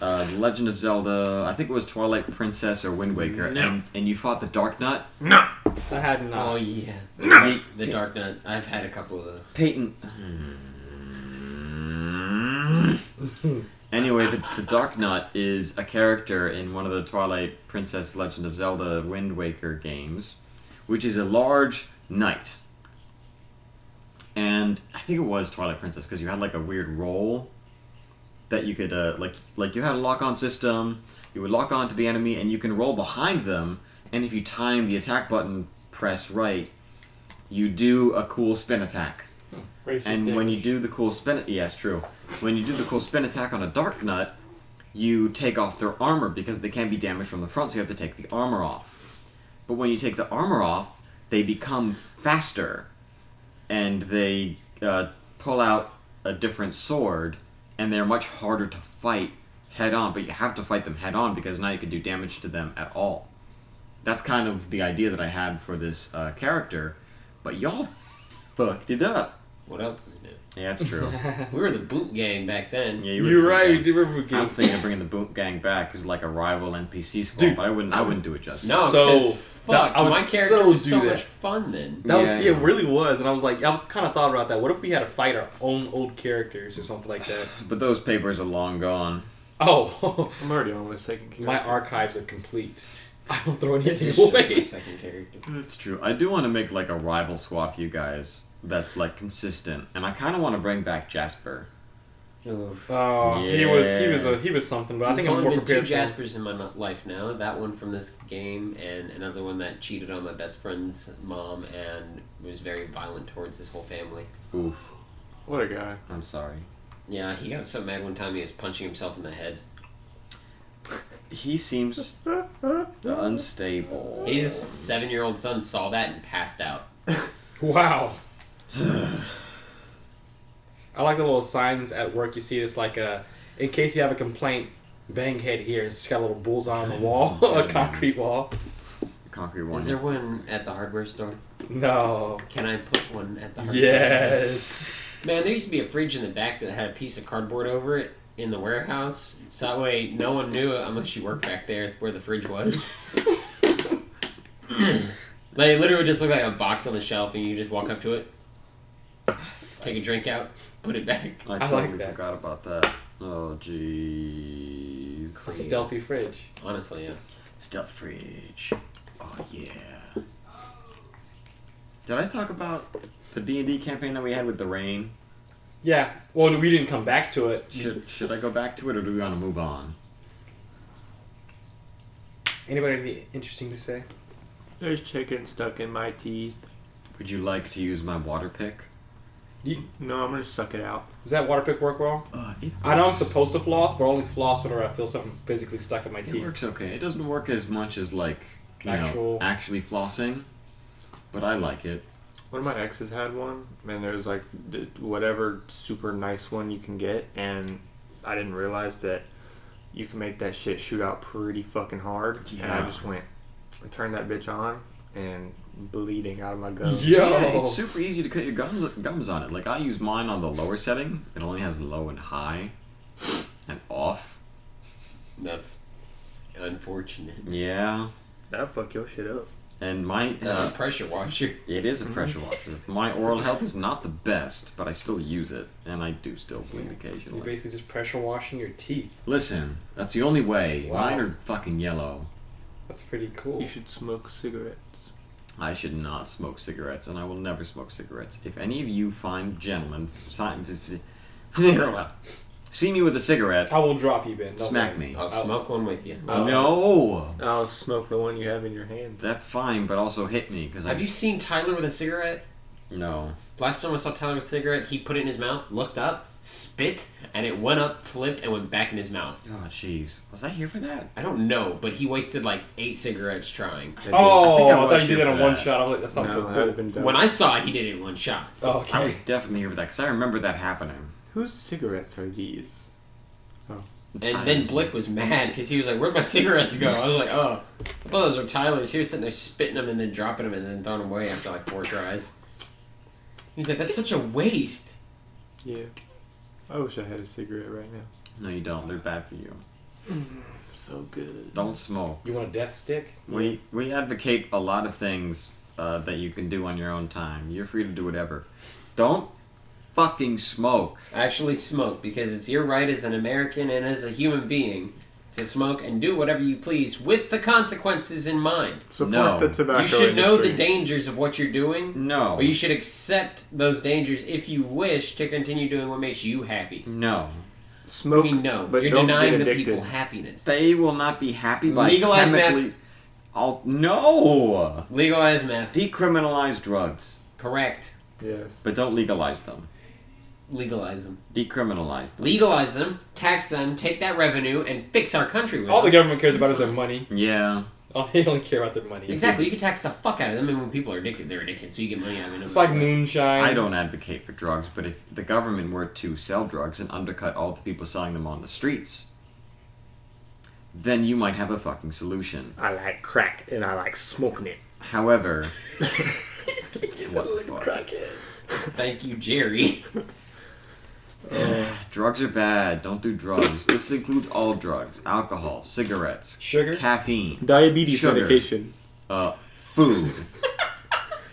A: uh, The Legend of Zelda? I think it was Twilight Princess or Wind Waker,
D: No.
A: and, and you fought the Dark Knight.
D: I had not.
C: Oh yeah,
A: No.
C: the Dark Knight. I've had a couple of those.
A: Peyton. anyway, the, the Dark Knut is a character in one of the Twilight Princess Legend of Zelda Wind Waker games, which is a large knight. And I think it was Twilight Princess because you had like a weird roll that you could uh, like like you had a lock on system. You would lock on to the enemy, and you can roll behind them. And if you time the attack button press right, you do a cool spin attack.
D: Racist
A: And when you do the cool spin, yes, true. When you do the cool spin attack on a dark nut, you take off their armor because they can be damaged from the front, so you have to take the armor off. But when you take the armor off, they become faster, and they uh, pull out a different sword, and they're much harder to fight, head on, but you have to fight them head on because now you can do damage to them at all. That's kind of the idea that I had for this uh, character, but y'all fucked it up.
C: What else is new?
A: Yeah, that's true.
C: We were the boot gang back then.
A: Yeah, you were
D: You're
A: the boot
D: right.
A: gang.
D: You remember
A: I'm
D: game.
A: thinking of bringing the boot gang back as like a rival NPC squad,
D: Dude,
A: but I wouldn't. I wouldn't do it justice.
C: No, so
D: So, that-
C: fuck,
D: I would
C: my character
D: so
C: was
D: do
C: so
D: that.
C: much fun then.
D: That was
A: Yeah,
D: yeah,
A: yeah.
D: it really was, and I was like, I kind of thought about that. What if we had to fight our own old characters or something like that?
A: but those papers are long gone.
D: Oh,
B: I'm already on my second character.
D: my archives are complete. I don't throw
C: This
D: anything
C: is just my
D: away.
C: second character.
A: That's true. I do want to make like a rival squad for you guys that's like consistent, and I kind of want to bring back Jasper.
C: Oh.
D: Oh, he was he was
A: Yeah.
D: a, he was something, but I think
C: There's
D: I'm more
C: only been two
D: prepared. for him.
C: Jaspers in my mo- life now. That one from this game, and another one that cheated on my best friend's mom and was very violent towards his whole family.
A: Oof.
B: What a guy.
A: I'm sorry.
C: Yeah, he got so mad one time he was punching himself in the head.
A: He seems unstable.
C: His seven-year-old son saw that and passed out.
D: Wow. I like the little signs at work. You see, it's like a in case you have a complaint, bang head here. It's got a little bullseye on the wall, a concrete wall.
A: Concrete one.
D: Mm-hmm.
C: Is there one at the hardware store?
D: No.
C: Can I put one at the hardware store?
D: Yes.
C: Man, there used to be a fridge in the back that had a piece of cardboard over it in the warehouse. So that way no one knew it unless you worked back there where the fridge was. like it literally just looked like a box on the shelf and you just walk up to it, take a drink out, put it back.
A: I
D: I
A: totally
D: like that.
A: forgot about that. Oh jeez.
D: Stealthy fridge.
C: Honestly, yeah.
A: Stealth fridge. Oh yeah. Did I talk about the D and D campaign that we had with the rain?
D: Yeah. Well, we didn't come back to it.
A: Should should I go back to it or do we want to move on?
D: Anybody be interesting to say?
B: There's chicken stuck in my teeth.
A: Would you like to use my water pick?
B: No, I'm gonna suck it out.
D: Does that water pick work well?
A: Uh, it
D: I know I'm
A: works.
D: supposed to floss, but I only floss whenever I feel something physically stuck in my
A: It
D: teeth.
A: works okay. It doesn't work as much as like you know
D: Actual-
A: actually flossing, but I like it.
B: One of my exes had one, and there was like d- whatever super nice one you can get, and I didn't realize that you can make that shit shoot out pretty fucking hard. And I
A: Yeah.
B: just went, I turned that bitch on, and bleeding out of my gums.
D: Yo.
A: Yeah, it's super easy to cut your gums gums on it. Like I use mine on the lower setting. It only has low and high, and off.
C: That's unfortunate.
A: Yeah,
B: That fuck your shit up.
A: and my
C: That's
A: uh,
C: a pressure washer.
A: it is a
C: Mm-hmm.
A: pressure washer. My oral health is not the best, but I still use it, and I do still bleed
D: You're
A: occasionally.
D: basically just pressure washing your teeth.
A: Listen, that's the only way.
D: Wow.
A: Mine are fucking yellow.
D: That's pretty cool.
B: You should smoke cigarettes.
A: I should not smoke cigarettes, and I will never smoke cigarettes. If any of you fine gentlemen si- see me with a cigarette,
D: I will drop you, Ben. Don't
A: smack
D: worry.
A: me.
C: I'll smoke one with you.
D: Oh.
A: No,
B: I'll smoke the one you have in your hand.
A: that's fine, but also hit me because I
C: Have you seen Tyler with a cigarette?
A: no.
C: Last time I saw Tyler with a cigarette, he put it in his mouth, looked up, spit, and it went up, flipped, and went back in his mouth.
A: Oh jeez, was I here for that?
C: I don't know, but he wasted like eight cigarettes trying.
D: Oh,
A: think
D: I,
A: was
D: thought you did
A: here
D: that in
A: for
D: one shot. I was like, that sounds
B: No,
D: so
B: that
D: cool.
B: would've been dope.
C: When I saw it, he did it in one shot.
D: Oh, okay.
A: I was definitely here for that because I remember that happening.
B: Whose cigarettes are these?
C: And then
A: Times.
C: Blick was mad because he was like, "Where'd my cigarettes go?" I was like, "Oh, I thought those were Tyler's." He was sitting there spitting them and then dropping them and then throwing them away after like four tries. He was like, "That's such a waste."
B: Yeah. I wish I had a cigarette right now.
A: No, you don't. They're bad for you.
B: So good.
A: Don't smoke.
D: You want a death stick?
A: We we advocate a lot of things uh, that you can do on your own time. You're free to do whatever. Don't fucking smoke.
C: I actually smoke because it's your right as an American and as a human being to smoke and do whatever you please with the consequences in mind.
B: Support
A: No.
B: the tobacco
C: you should know the
B: industry.
C: dangers of what you're doing,
A: No.
C: but you should accept those dangers if you wish to continue doing what makes you happy.
A: no.
B: Smoke,
C: we know.
B: but
C: You're
B: don't
C: denying
B: get
C: the
B: addicted.
C: people happiness.
A: They will not be happy by
C: Legalize meth.
A: chemically. I'll no.
C: Legalize meth.
A: Decriminalize drugs,
C: Correct.
B: Yes.
A: but don't legalize them.
C: Legalize them.
A: Decriminalize them.
C: Legalize them, tax them, take that revenue, and fix our country with
D: All the
C: them.
D: government cares about is their money.
A: yeah.
D: All they only care about their money.
C: Exactly. You can tax the fuck out of them, and when people are addicted, they're addicted, so you get money out of it. no
D: It's
C: matter
D: like
C: what.
D: moonshine.
A: I don't advocate for drugs, but if the government were to sell drugs and undercut all the people selling them on the streets, then you might have a fucking solution.
B: I like crack and I like smoking it.
A: However, what the fuck?
C: Thank you, Jerry.
A: Drugs are bad. Don't do drugs. This includes all drugs: alcohol, cigarettes,
D: Sugar?
A: caffeine,
B: Diabetes
A: Sugar.
B: medication.
A: uh, food.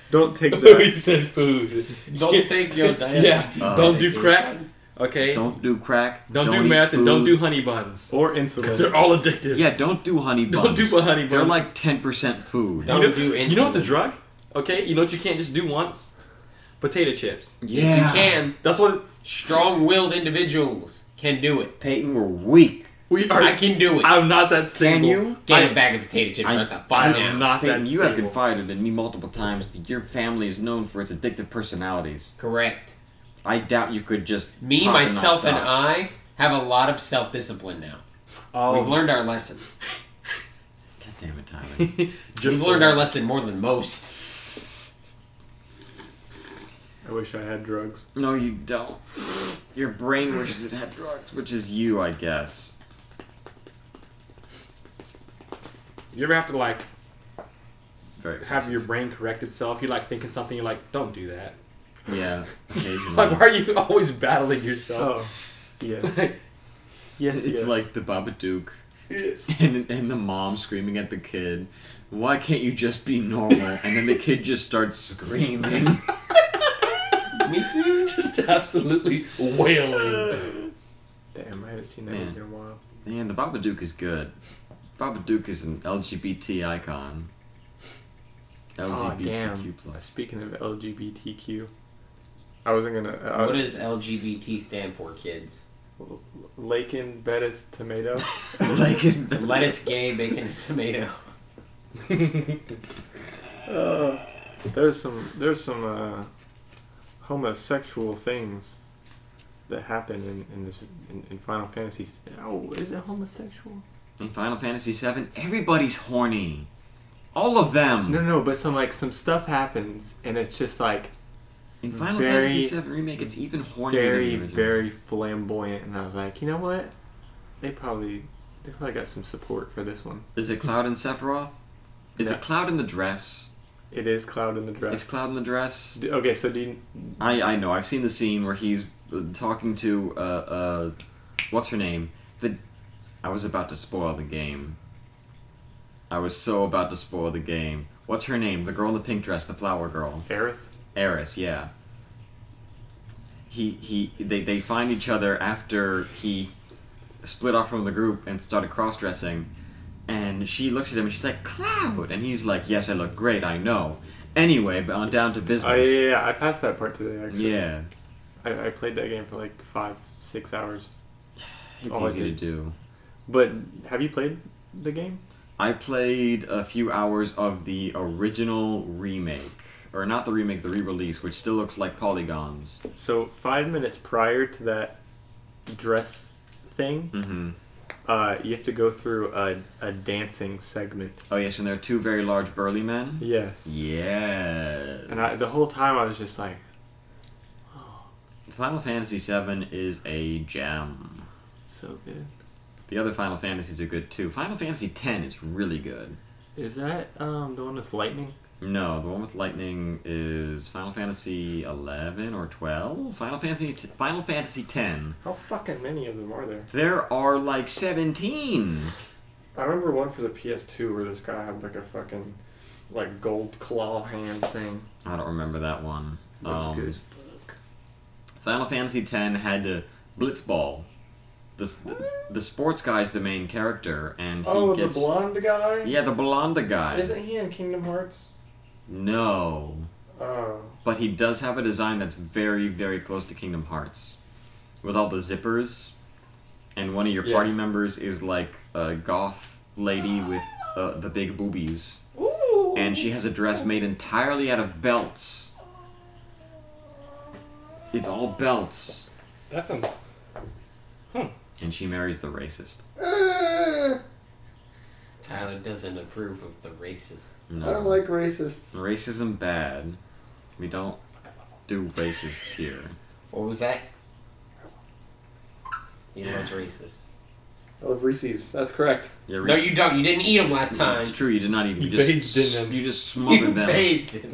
B: Don't take
F: he
B: that.
F: said food.
C: Don't think your diet.
F: Yeah, don't do crack. Okay. Don't,
A: Don't do crack.
F: do
A: eat
F: meth and don't
A: food.
F: do honey buns
B: or
F: because
B: insulin.
F: they're all addictive.
A: Yeah, don't do honey buns.
F: Don't do honey
A: They're
F: buns.
A: like ten percent food.
C: Don't
F: you know,
C: do insulin.
F: You know what's a drug? Okay, you know what you can't just do once? Potato chips.
C: Yes, you can.
F: That's what
C: Strong-willed individuals can do it.
A: Peyton, we're weak.
F: we are.
C: I can do it.
F: I'm not that stable.
A: Can you?
C: Get
F: I-
C: a bag of potato chips
A: I-
C: right the
F: I'm
C: fuck now.
F: not
A: Peyton,
F: that
A: you have
F: stable.
A: confided in me multiple times that your family is known for its addictive personalities.
C: Correct.
A: I doubt you could just
C: Me,
A: pop
C: myself, and
A: not stop.
C: I have a lot of self-discipline now.
A: Oh.
C: We've learned our lesson.
F: uh,
A: God damn it, Tyler.
F: Just
C: We've learned our lesson more than most.
B: I wish I had drugs.
A: no, you don't. Your brain wishes it had drugs, which is you, I guess.
F: You ever have to like
A: Very.
F: have your brain correct itself? You're like thinking something. You're like, don't do that.
A: Yeah.
F: Like,
A: Occasionally.
F: why are you always battling yourself?
B: Oh, yes, yes.
A: It's like the Babadook and, and the mom screaming at the kid, Why can't you just be normal? And then the kid just starts screaming.
C: Me too.
F: just absolutely wailing.
B: damn. I haven't seen that
A: Man.
B: in a while.
A: Man, the Babadook is good. Babadook is an LGBT icon.
B: Aw,
A: LGBTQ
B: damn.
A: plus.
B: Speaking of LGBTQ, I wasn't gonna. Uh,
C: What does LGBT stand for, kids?
B: Lakin Bettis tomato?
A: Like it.
C: Lettuce, gay, bacon, and tomato.
B: uh, there's some there's some uh, homosexual things that happen in, in this in, in Final Fantasy. Oh, is it homosexual?
A: In Final Fantasy VII, everybody's horny. All of them.
B: No, no, but some like some stuff happens, and it's just like
A: In Final
B: Mm. Very-
A: Fantasy VII remake, it's even hornier
B: very
A: than the original.
B: very flamboyant, and I was like, you know what? They probably they probably got some support for this one.
A: Is it Cloud in Sephiroth? Is
B: No.
A: it Cloud in the dress?
B: It is Cloud in the
A: Is
B: dress.
A: Cloud in the dress?
B: D- okay, so do you,
A: I I know. I've seen the scene where he's uh, talking to uh uh, what's her name? The I was about to spoil the game. I was so about to spoil the game. What's her name? The girl in the pink dress, the flower girl,
B: Aerith?
A: Eris. Yeah. He he. They they find each other after he split off from the group and started cross dressing. And she looks at him and she's like, "Cloud," and he's like, "Yes, I look great. I know." Anyway, but on down to business.
B: Oh yeah, yeah, yeah, I passed that part today. Actually,
A: Yeah.
B: I, I played that game for like five, six hours.
A: It's
B: all Oh, I
A: easy to
B: did.
A: do.
B: But have you played the game?
A: I played a few hours of the original remake, or not the remake, the re-release, which still looks like polygons.
B: So five minutes prior to that dress thing,
A: Mm-hmm.
B: uh, you have to go through a, a dancing segment.
A: Oh yes, and there are two very large burly men.
B: Yes.
A: Yes.
B: And I, the whole time I was just like,
A: Final Fantasy VII is a gem.
B: so good.
A: The other Final Fantasies are good too. Final Fantasy X is really good.
B: Is that um, the one with lightning?
A: No, the one with lightning is Final Fantasy eleven or twelve. Final Fantasy Final Fantasy X.
B: How fucking many of them are there?
A: There are like seventeen.
B: I remember one for the PS2 where this guy had like a fucking like gold claw hand thing.
A: I don't remember that one.
B: Looks
A: Um,
B: good as
A: Final Fantasy X had to Blitzball. The, s- the the sports guy's the main character, and he gets
B: Oh, blonde guy.
A: yeah the blonde guy.
B: he in Kingdom Hearts?
A: No,
B: Oh.
A: but he does have a design that's very very close to Kingdom Hearts, with all the zippers, and one of your party
B: Yes.
A: members is like a goth lady with uh, the big boobies, and she has a dress made entirely out of belts. It's all belts.
F: That sounds.
A: And she marries the racist.
C: Tyler doesn't approve of the racist.
A: No.
B: racists.
A: racism bad. We don't do racists here.
C: What was that? He was racist.
G: I love Reese's. That's correct.
A: Yeah,
C: No,
A: Reese-
C: you don't. You didn't eat them last time.
A: It's true. You did not eat them. You,
D: You
A: just
D: bathed in them.
A: you just
C: You
A: smothered them.
C: bathed in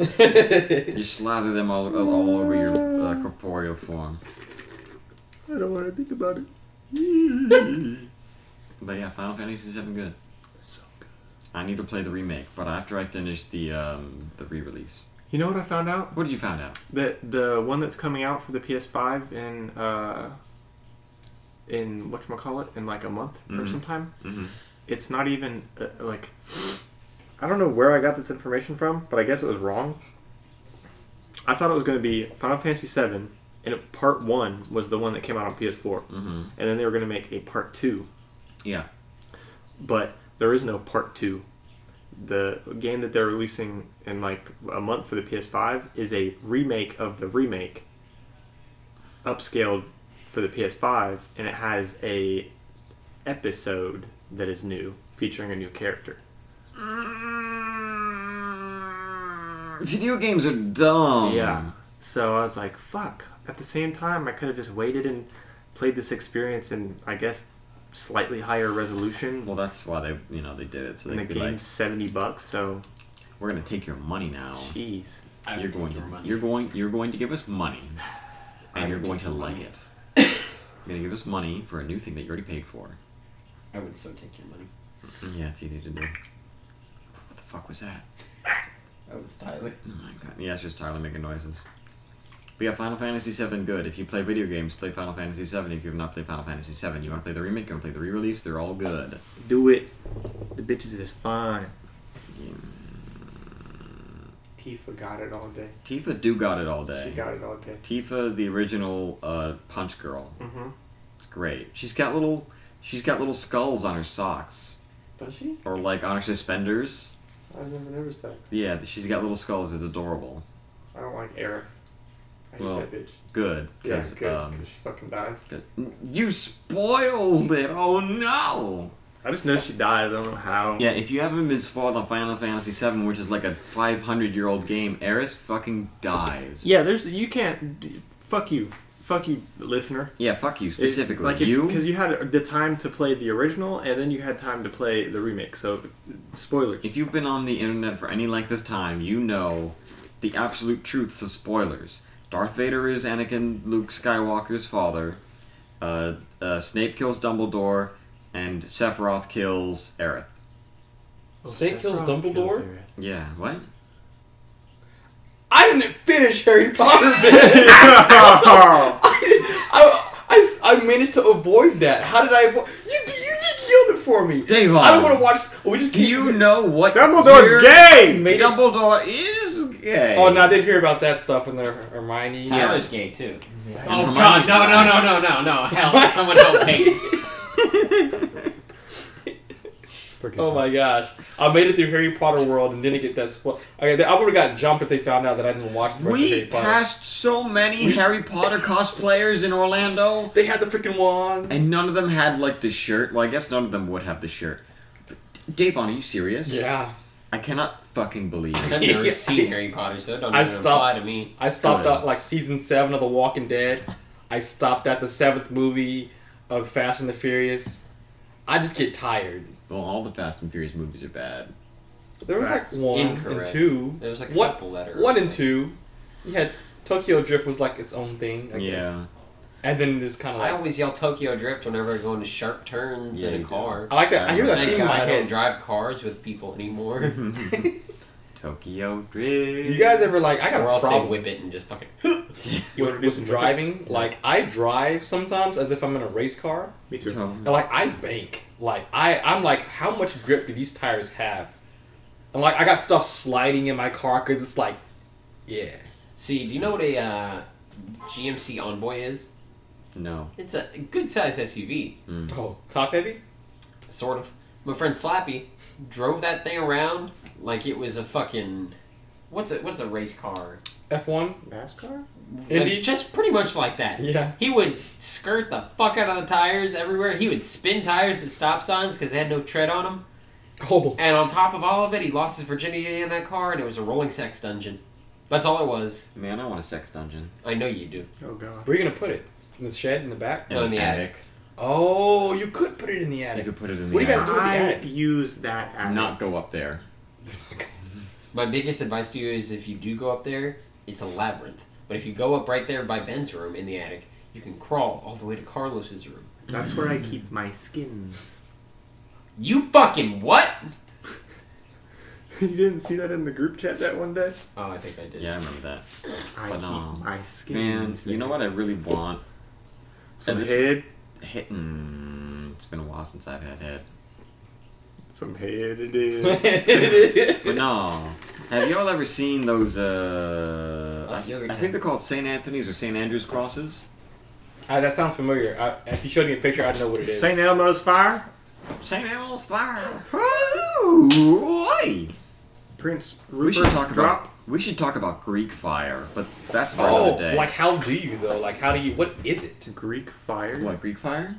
C: them.
A: You slather them all, all, all over your uh, corporeal form.
B: I don't want to think about it.
A: But yeah, Final Fantasy VII good. I need to play the remake, but after I finish the um, the re-release.
B: You know what I found out?
A: What did you find out?
B: That the one that's coming out for the PS5 in uh, in what call it in like a month or
A: Mhm.
B: sometime.
A: Mhm.
B: It's not even uh, like I don't know where I got this information from, but I guess it was wrong. I thought it was going to be Final Fantasy VII, and it, Part One was the one that came out on PS4,
A: Mm-hmm.
B: and then they were going to make a Part Two.
A: Yeah.
B: but there is no part two. The game that they're releasing in like a month for the PS5 is a remake of the remake, upscaled for the PS5, and it has a episode that is new, featuring a new character.
A: Video games are dumb.
B: Yeah. So I was like, fuck. At the same time, I could have just waited and played this experience in, I guess, slightly higher resolution.
A: Well, that's why they you know they did it. So they
B: and the
A: could be
B: game's
A: like, Oh.
B: seventy bucks, so
A: we're gonna take your money now.
B: jeez.
F: I
A: You're
F: would
A: going
F: take
A: to
F: your money.
A: you're going you're going to give us money,
C: I
A: and you're
C: would
A: going
C: take
A: to
C: your
A: like
C: money.
A: it. You're gonna give us money for a new thing that you already paid for.
C: I would so take your money.
A: Yeah, it's easy to do. What the fuck was that?
C: That was Tyler.
A: Oh my god. Yeah, it's just Tyler making noises. We got Final Fantasy VII good. If you play video games, play Final Fantasy VII. If you have not played Final Fantasy VII, you want to play the remake, you want to play the re-release, they're all good.
B: Do it. The bitches is fine.
G: Tifa got it all day.
A: Tifa do got it all day.
G: She got it all day.
A: Tifa, the original uh, Punch Girl.
B: Mm-hmm.
G: Mhm.
A: It's great. She's got little, she's got little skulls on her socks,
G: Does she?
A: or like on her suspenders.
G: I've never noticed that.
A: Yeah, she's got little skulls. It's adorable.
G: I don't like Aerith. I hate
A: Well,
G: that bitch.
A: Good.
G: Yeah,
A: 'cause,
G: good. 'cause
A: um,
G: she fucking dies.
A: good. You spoiled it. Oh no.
B: I just know she dies. I don't know how.
A: Yeah, if you haven't been spoiled on Final Fantasy VII, which is like a 500 year old game, Eris fucking dies.
B: Yeah. There's you can't. d- Fuck you. Fuck you, listener.
A: Yeah, fuck you
B: It-
A: specifically.
B: like
A: you.
B: because you had the time to play the original, and then you had time to play the remake. So, spoilers.
A: If you've been on the internet for any length of time, you know the absolute truths of spoilers. Darth Vader is Anakin Luke Skywalker's father. Uh, uh, Snape kills Dumbledore, and Sephiroth kills Aerith.
B: Oh,
D: Snake kills Dumbledore?
A: Yeah, what?
D: I didn't finish Harry Potter. Man. I, didn't- I, I s- I managed to avoid that. How did I avoid? You, you just killed it for me.
A: Davon.
D: I don't want to watch. We just
A: Do
D: keep-
A: you know what? year
B: Dumbledore's gay.
D: Made it-
A: Dumbledore is gay.
D: Oh no, I did hear about that stuff in there, Hermione.
C: Tyler's gay too.
A: And
C: Oh
A: Hermione's
C: god, no, no, no, no, no, no! Hell, someone help Peyton.
D: Oh my gosh, I made it through Harry Potter world and didn't get that spoil. Okay, I would have got jumped if they found out that I didn't watch the rest of
A: We
D: Harry Potter.
A: passed so many Harry Potter cosplayers in Orlando,
D: they had the freaking wand.
A: and none of them had like the shirt. Well, I guess none of them would have the shirt. But, Davon, are you serious?
D: yeah,
A: I cannot fucking believe
C: I've
A: it.
C: never seen Harry Potter, so that don't
D: I
C: even apply
D: stopped-
C: to me.
D: I stopped
A: Good.
D: at like season seven of The Walking Dead. I stopped at the seventh movie of Fast and the Furious. I just get tired.
A: well, all the Fast and Furious movies are bad.
D: There was like
B: Facts.
D: one and
C: Incorrect.
D: two.
C: There was a
D: What-
C: couple that are
D: One and two. You had Tokyo Drift was like its own thing, I guess.
A: yeah.
D: And then just kind of
C: I
D: like
C: always yell Tokyo Drift whenever I go into sharp turns
A: Yeah,
C: in
A: you
C: a
A: do.
C: car.
D: I like that. I hear that
C: Thank
D: theme.
C: God I
D: I
C: can't drive cars with people anymore.
A: Tokyo Drift.
D: you guys ever like? I got
C: or
D: a
C: else they
D: problem
C: whip it and just fucking.
D: with, with driving. Like I drive sometimes as if I'm in a race car.
B: Me too.
A: To-
D: And like I bank. Like I, I'm like, how much grip do these tires have? And like I got stuff sliding in my car because it's like, yeah.
C: See, do you know what a uh, GMC Envoy is?
A: no.
C: It's a good sized SUV,
A: Mm-hmm.
D: Oh, top heavy.
C: sort of. My friend Slappy drove that thing around like it was a fucking. What's a what's a race car?
D: F one.
B: NASCAR.
D: Indy?
C: Like, just pretty much like that.
D: Yeah.
C: He would skirt the fuck out of the tires everywhere. He would spin tires at stop signs because they had no tread on them.
D: Oh,
C: And on top of all of it, he lost his virginity in that car, and it was a rolling sex dungeon. That's all it was.
A: Man, I want a sex dungeon.
C: I know you do.
B: Oh god.
D: where you gonna put it? In the shed in the back.
C: No, in the attic.
D: Oh, you could put it in the
A: You
D: attic.
A: could put it in the
D: What do you guys
A: attic.
D: do with the
B: I
D: attic?
B: use that attic.
A: Not go up there.
C: My biggest advice to you is if you do go up there, it's a labyrinth. But if you go up right there by Ben's room in the attic, you can crawl all the way to Carlos's room.
B: That's where I keep my skins.
C: You fucking what?
B: you didn't see that in the group chat that one day?
C: Oh, I think I did.
A: Yeah, I remember that.
B: I
A: Phenomenal.
B: keep my skins.
A: Man, you know what I really want?
B: Some
A: And this is-
B: head.
A: Hit. Mm, it's been a while since I've had head.
B: Some head it is.
A: But no. Have y'all ever seen those? Uh,
C: Uh,
A: I,
C: yeah, we
A: I think
C: can.
A: they're called Saint Anthony's or Saint Andrew's crosses.
D: Uh, that sounds familiar. I, if you showed me a picture, I'd know what it is.
B: St. Elmo's fire.
A: Saint Elmo's fire. Ooh, oi.
B: Prince Rupert
A: We should talk
B: drop.
A: about we should talk about Greek fire, but that's for
D: Oh,
A: another day.
D: like how do you though? Like how do you? What is it?
B: Greek fire.
A: what Greek fire?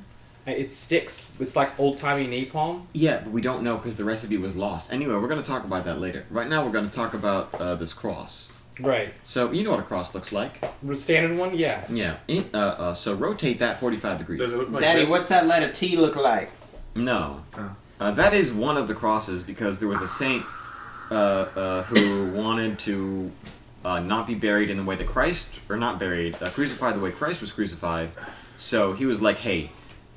D: Uh, It sticks. It's like old timey napalm.
A: Yeah, but we don't know because the recipe was lost. Anyway, we're gonna talk about that later. Right now, we're gonna talk about uh, this cross.
D: Right.
A: So you know what a cross looks like?
D: The standard one. Yeah.
A: Yeah. In, uh, uh, so rotate that forty-five degrees.
B: Does it look like
C: Daddy,
B: this?
C: what's that letter T look like?
A: No.
B: Oh.
A: Uh, that is one of the crosses because there was a saint uh, uh, who wanted to uh, not be buried in the way that Christ, or not buried, uh, crucified the way Christ was crucified. So he was like, hey,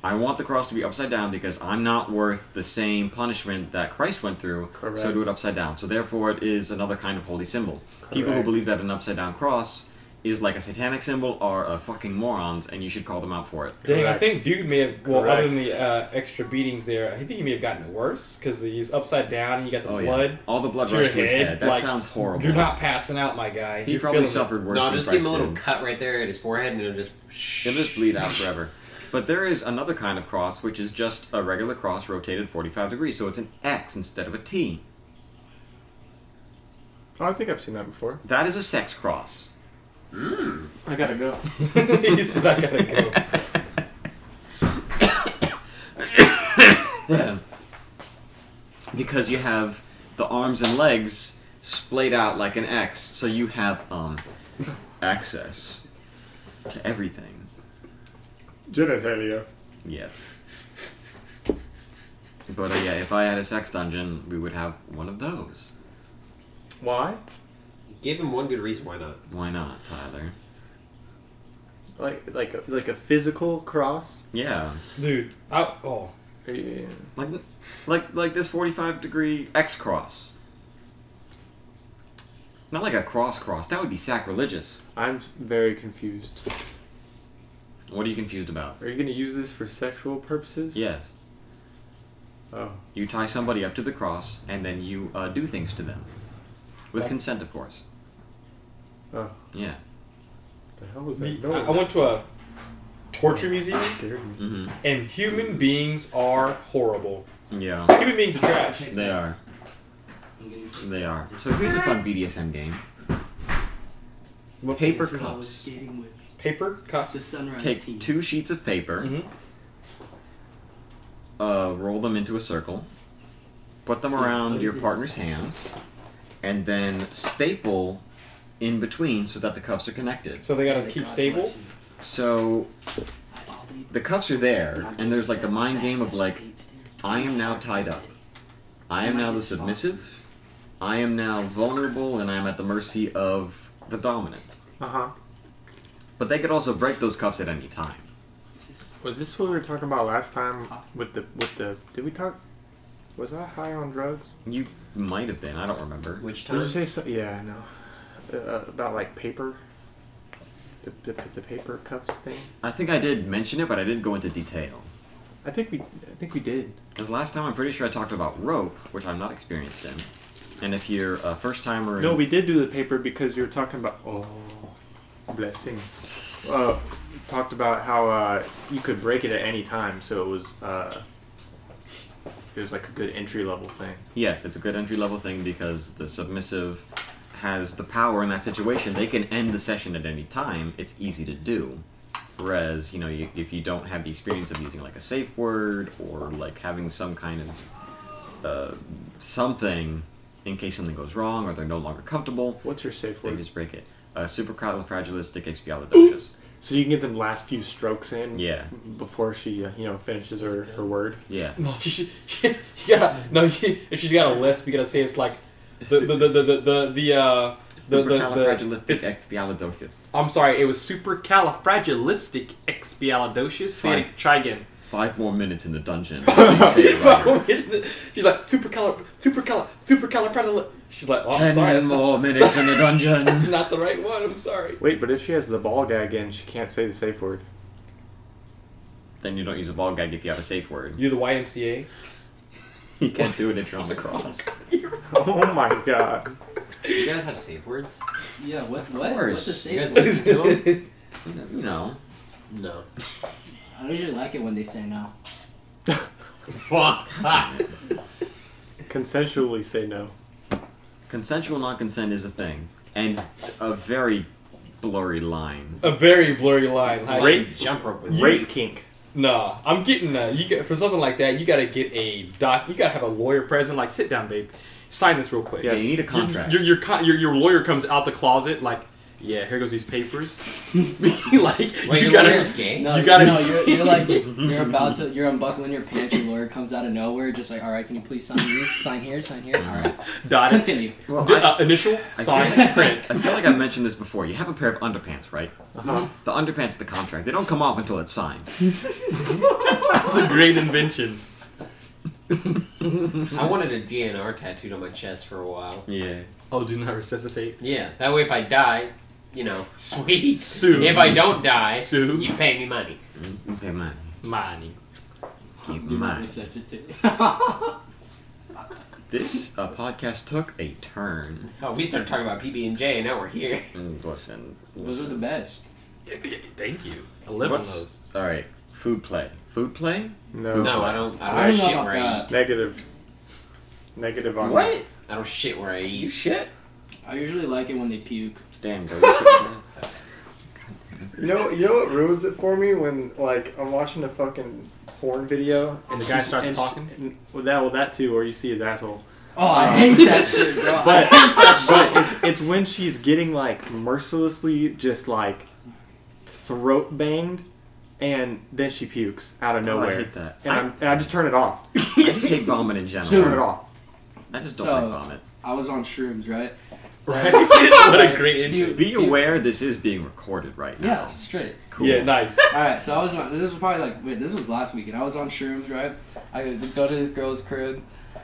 A: I want the cross to be upside down because I'm not worth the same punishment that Christ went through. So
B: Correct.
A: do it upside down. So therefore, it is another kind of holy symbol. People who
B: Correct.
A: believe that an upside down cross is like a satanic symbol are uh, fucking morons, and you should call them out for it.
D: Dang, I
B: Correct.
D: think dude may have. Well,
B: Correct.
D: other than the uh, extra beatings there, I think he may have gotten worse because he's upside down and you got the
A: Oh
D: blood.
A: yeah, all the blood
D: to
A: rushed
D: your
A: to his
D: head,
A: head. That
D: like,
A: sounds horrible.
D: You're not passing out, my guy.
A: He
D: You're
A: probably
D: feeling it.
A: suffered worse
C: No,
A: than
C: just
A: Christ
C: give him a little
A: did.
C: cut right there at his forehead, and it'll just.
A: It'll just bleed out forever. But there is another kind of cross, which is just a regular cross rotated 45 degrees, so it's an X instead of a T.
B: Oh, I think I've seen that before.
A: That is a sex cross.
B: I gotta go.
D: he said, "I gotta go."
A: Because you have the arms and legs splayed out like an X, so you have um access to everything.
B: Genitalia.
A: Yes. But uh, yeah, if I had a sex dungeon, we would have one of those.
B: Why?
C: Give him one good reason why not.
A: Why not, Tyler?
B: Like like a, like a physical cross?
A: Yeah.
D: Dude, I, oh,
B: Yeah.
A: Like, like, like this forty-five degree X cross. Not like a cross cross. That would be sacrilegious.
B: I'm very confused.
A: What are you confused about?
B: Are you gonna use this for sexual purposes?
A: Yes,
B: Oh.
A: you tie somebody up to the cross, and then you uh, do things to them, with consent, of course.
B: Oh.
A: Yeah.
B: The hell was
D: The-
B: that? No.
D: I, I went to a torture museum,
A: hmm
D: and human beings are horrible.
A: Yeah.
D: Human beings are trash.
A: They are. They are. So here's a fun BDSM game.
D: What-
A: Paper
H: That's what I was
A: cups.
H: getting with
D: Paper
H: The
D: cups.
H: sunrise team.
A: Take two sheets of paper.
D: Mhm.
A: uh, roll them into a circle, put them around your partner's hands, and then staple in between so that the cuffs are connected.
D: So they gotta
H: May
D: keep
H: God
D: stable.
H: bless you.
A: So
H: I'll be
A: the cuffs are there, and there's like the mind game of like, I am now tied up. I am now the submissive. I am now vulnerable, and I am at the mercy of the dominant.
B: Uh huh.
A: But they could also break those cuffs at any time.
B: Was this what we were talking about last time with the with the? Did we talk? Was I high on drugs?
A: You might have been. I don't remember.
C: Which time?
B: Did you say so? Yeah, I know. Uh, about like paper. The, the, the paper cups thing.
A: I think I did mention it, but I didn't go into detail.
B: I think we I think we did.
A: Because last time I'm pretty sure I talked about rope, which I'm not experienced in. And if you're a first timer,
B: No, we did do the paper because you were talking about oh blessings. Uh, talked about how uh, you could break it at any time, so it was uh, it was like a good entry level thing.
A: yes, it's a good entry level thing because the submissive has the power in that situation. They can end the session at any time. It's easy to do. Whereas, you know, you, if you don't have the experience of using like a safe word or like having some kind of uh, something in case something goes wrong or they're no longer comfortable,
B: What's your safe
A: they
B: word?
A: just break it. Uh, supercalifragilisticexpialidocious.
B: So you can get them last few strokes in.
A: Yeah.
B: Before she, uh, you know, finishes her, her word.
A: Yeah.
D: No, she, she, you gotta no. You, if she's got a lisp, you gotta say it's like the the the the the the. Uh, the, the, the, it's,
A: Supercalifragilisticexpialidocious.
D: I'm sorry, it was supercalifragilisticexpialidocious. Say it, try again.
A: Five more minutes in the dungeon. You say it right.
D: she's like supercalif supercalif supercalifragil. She's like, oh, I'm
A: Ten
D: sorry, that's not,
A: more minutes in the
D: that's
A: dungeon.
D: not the right one. I'm sorry.
B: Wait, but if she has the ball gag in, she can't say the safe word.
A: then you don't use a ball gag if you have a safe word.
D: You're the YMCA.
A: You can't do it if you're on the cross.
B: Oh my god.
C: You guys have safe words?
H: Yeah, what? What?
A: course.
H: What's a
C: You
H: safe
C: guys
H: word?
C: listen to 'em?
A: You know.
F: No.
H: I usually like it when they say no.
F: Fuck.
B: Consensually say no.
A: Consensual non consent is a thing. And a very blurry line.
D: A very blurry line. Like,
B: Rape.
C: Jump rope with
B: Rape kink.
D: Nah, I'm getting uh, you get for something like that. You gotta get a doc. You gotta have a lawyer present. Like, sit down, babe. Sign this real quick.
A: Yeah,
B: Yes.
A: you need a contract.
D: Your, your, con- your, your lawyer comes out the closet like, yeah, here goes these papers. like,
C: Wait,
D: you
C: your
D: gotta.
C: lawyer's gay?
H: No,
D: You gotta-
H: no. You're, you're like you're about to you're unbuckling your pants. Your lawyer comes out of nowhere, just like, all right, can you please sign here, sign here, sign here. All right,
D: Dot it.
H: continue.
A: Well,
D: D-
A: I-
D: uh, initial, sign, print.
A: I feel like I've mentioned this before. You have a pair of underpants, right?
B: Uh-huh.
A: The underpants, the contract. They don't come off until it's signed.
D: That's a great invention.
C: I wanted a DNR tattooed on my chest for a while.
A: Yeah.
D: Oh, do not resuscitate.
C: Yeah, that way if I die, you know, sweet.
D: Sue.
C: If I don't die,
D: Sue.
C: you pay me money.
A: Okay, mine.
D: Money.
A: Keep
H: Do not
A: mine.
H: resuscitate.
A: This uh, podcast took a turn.
C: Oh, we started talking about PB and J, and now we're here.
A: Mm, Listen.
H: Those are the
A: listen.
H: best.
D: Thank you. I live on those.
A: What's all right? Food play. Food play.
B: No.
C: No, I don't. I
A: Oh,
H: I
C: don't
H: don't know
C: shit
H: about
C: where I
H: that.
C: eat.
B: Negative. Negative on that.
A: What?
C: I don't shit where I
A: You
C: eat.
A: shit?
H: I usually like it when they puke.
A: Damn. Go shit.
B: You know, you know what ruins it for me when like I'm watching a fucking porn video
D: And the guy
B: she's-
D: starts
B: and she-
D: talking?
B: and- well, that well that too, or you see his asshole.
H: Oh, I hate that shit, bro.
B: But
H: I hate that shit.
B: but it's it's when she's getting like mercilessly just like throat banged, and then she pukes out of
A: Oh,
B: nowhere.
A: I hate that.
B: And, I, am and I just turn it off.
A: I just hate vomit in general.
B: Turn it off.
A: I just don't
H: So-
A: like vomit.
H: I was on shrooms, right?
D: Right? what a great intro.
H: Dude,
A: Be
H: dude.
A: aware this is being recorded right now.
H: Yeah, straight.
A: Cool.
D: Yeah, nice.
H: All right, so I was on. This was probably like wait, this was last weekend. I was on shrooms, right? I go to this girl's crib,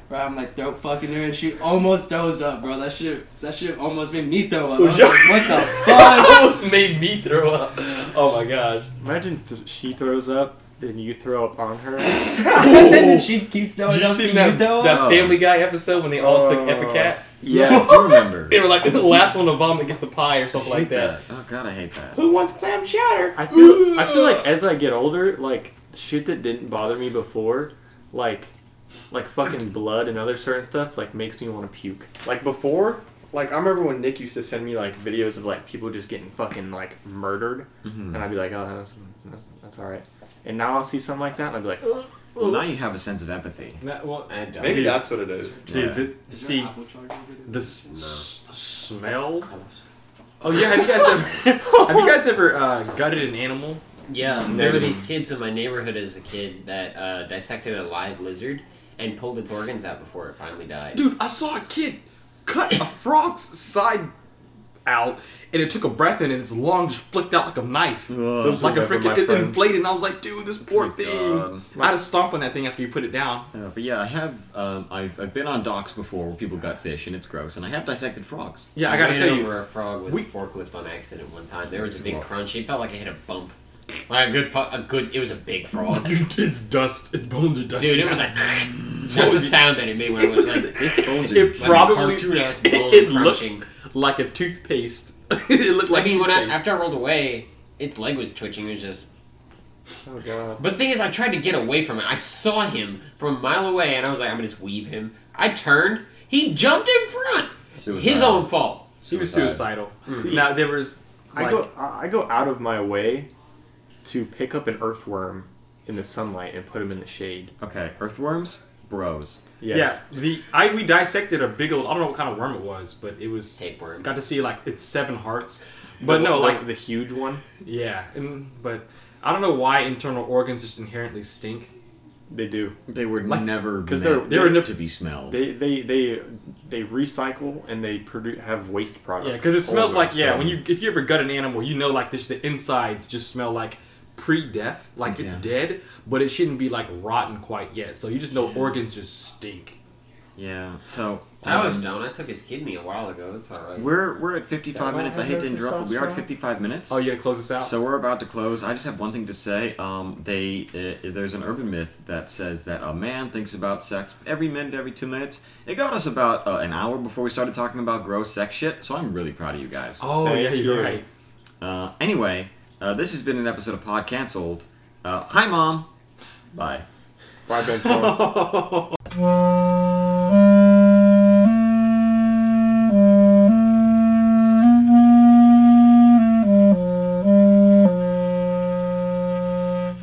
H: right? I'm like throat fucking her, and she almost throws up, bro. That shit, that shit almost made me throw
D: Oh,
H: up. I was like, what the fuck?
D: Almost made me throw up. Oh my gosh.
B: Imagine if th- she throws up, then you throw up on her.
H: and then the chief keeps throwing
D: Did you
H: up,
D: see
H: so
D: that,
H: you throw up.
D: that Family Guy episode when they all took
B: Oh.
D: Epicat?
A: Yeah, I do remember.
D: They were like, the last one to vomit gets the pie or
A: I
D: something
A: hate
D: like that.
A: Oh god, I hate that.
D: Who wants clam chowder?
B: I feel I feel like as I get older, like shit that didn't bother me before, like like fucking blood and other certain stuff, like makes me want to puke. Like before, like I remember when Nick used to send me like videos of like people just getting fucking like murdered,
A: Mhm.
B: and I'd be like, oh, that's, that's, that's all right. And now I'll see something like that, and I'd be like, "Ugh."
A: Well, now you have a sense of empathy.
F: That, well,
C: I don't.
B: maybe
F: Dude.
B: that's what it is.
F: dude, the-
H: Is there
F: see
H: apple charger over there?
F: the s- s- smell. Oh yeah, have you guys ever have you guys ever uh, gutted an animal?
C: Yeah, there were
B: Negative.
C: these kids in my neighborhood as a kid that uh, dissected a live lizard and pulled its organs out before it finally died.
F: Dude, I saw a kid cut a frog's side out, and it took a breath in, and its lung just flicked out like a knife.
B: Those
F: like a
B: were never my
F: freaking it
B: friends.
F: inflated, and I was like, dude, this poor
A: God.
F: thing. I'd have stomped on that thing after you put it down.
A: Uh, but yeah, I have. Um, I've, I've been on docks before where people gut fish, and it's gross. And I have dissected frogs.
F: Yeah, I gotta
C: ran
F: tell you,
C: over a frog with
F: we-
C: a forklift on accident one time. There was a big
A: Wow.
C: crunch. It felt like I hit a bump. Like a good, fu- a good. It was a big frog, dude.
F: it's dust. Its bones are dusty.
C: It was like that's the sound that it made when I went like
A: It's bones are
F: It
A: giant.
F: probably
C: cartoon ass
F: it-
C: bone
F: it looked
C: crunching.
F: like a toothpaste. it looked like
C: I mean, when I,
F: toothpaste.
C: after I rolled away, its leg was twitching. It was just.
B: Oh god.
C: But the thing is, I tried to get away from it. I saw him from a mile away, and I was like, I'm gonna just weave him. I turned. He jumped in front.
A: Suicide.
C: His own fault.
F: he was suicidal. Now there was
B: I
F: like-
B: go I I go out of my way to pick up an earthworm in the sunlight and put him in the shade.
A: Okay, earthworms. bros.
B: Yes.
D: Yeah, the I we dissected a big old I don't know what kind of worm it was, but it was
C: Tapeworm.
D: got to see like its seven hearts. But no, like
B: the huge one.
D: yeah, and but I don't know why internal organs just inherently stink.
B: They do.
A: They were
D: Like-
A: never
B: 'cause
A: because
B: they're-
A: they're
D: they're
A: they're
D: nip-
A: to be smelled.
B: They they they they recycle and they produce have waste products.
D: Yeah, because it smells
B: All
D: like
B: of
D: yeah.
B: them.
D: When you if you ever gut an animal, you know like this the insides just smell like pre-death, like it's dead, but it shouldn't be like rotten quite yet. So you just know organs just stink.
A: yeah. So
C: I was
A: um,
C: down. I took his kidney a while ago. It's all right.
A: We're we're at 55
B: That
A: minutes. I
B: won't
A: hate to
B: hurt
A: interrupt, but we are at
B: testosterone?
A: 55 minutes.
D: Oh, you gotta close this out.
A: So we're about to close. I just have one thing to say. Um, they uh, there's an urban myth that says that a man thinks about sex every minute, every two minutes. It got us about uh, an hour before we started talking about gross sex shit. So I'm really proud of you guys.
D: oh
B: Thank
D: yeah, you're
B: you.
D: right.
A: Uh, anyway, uh, this has been an episode of Pod Cancelled. Uh, hi, mom. Bye.
B: Why Ben's going.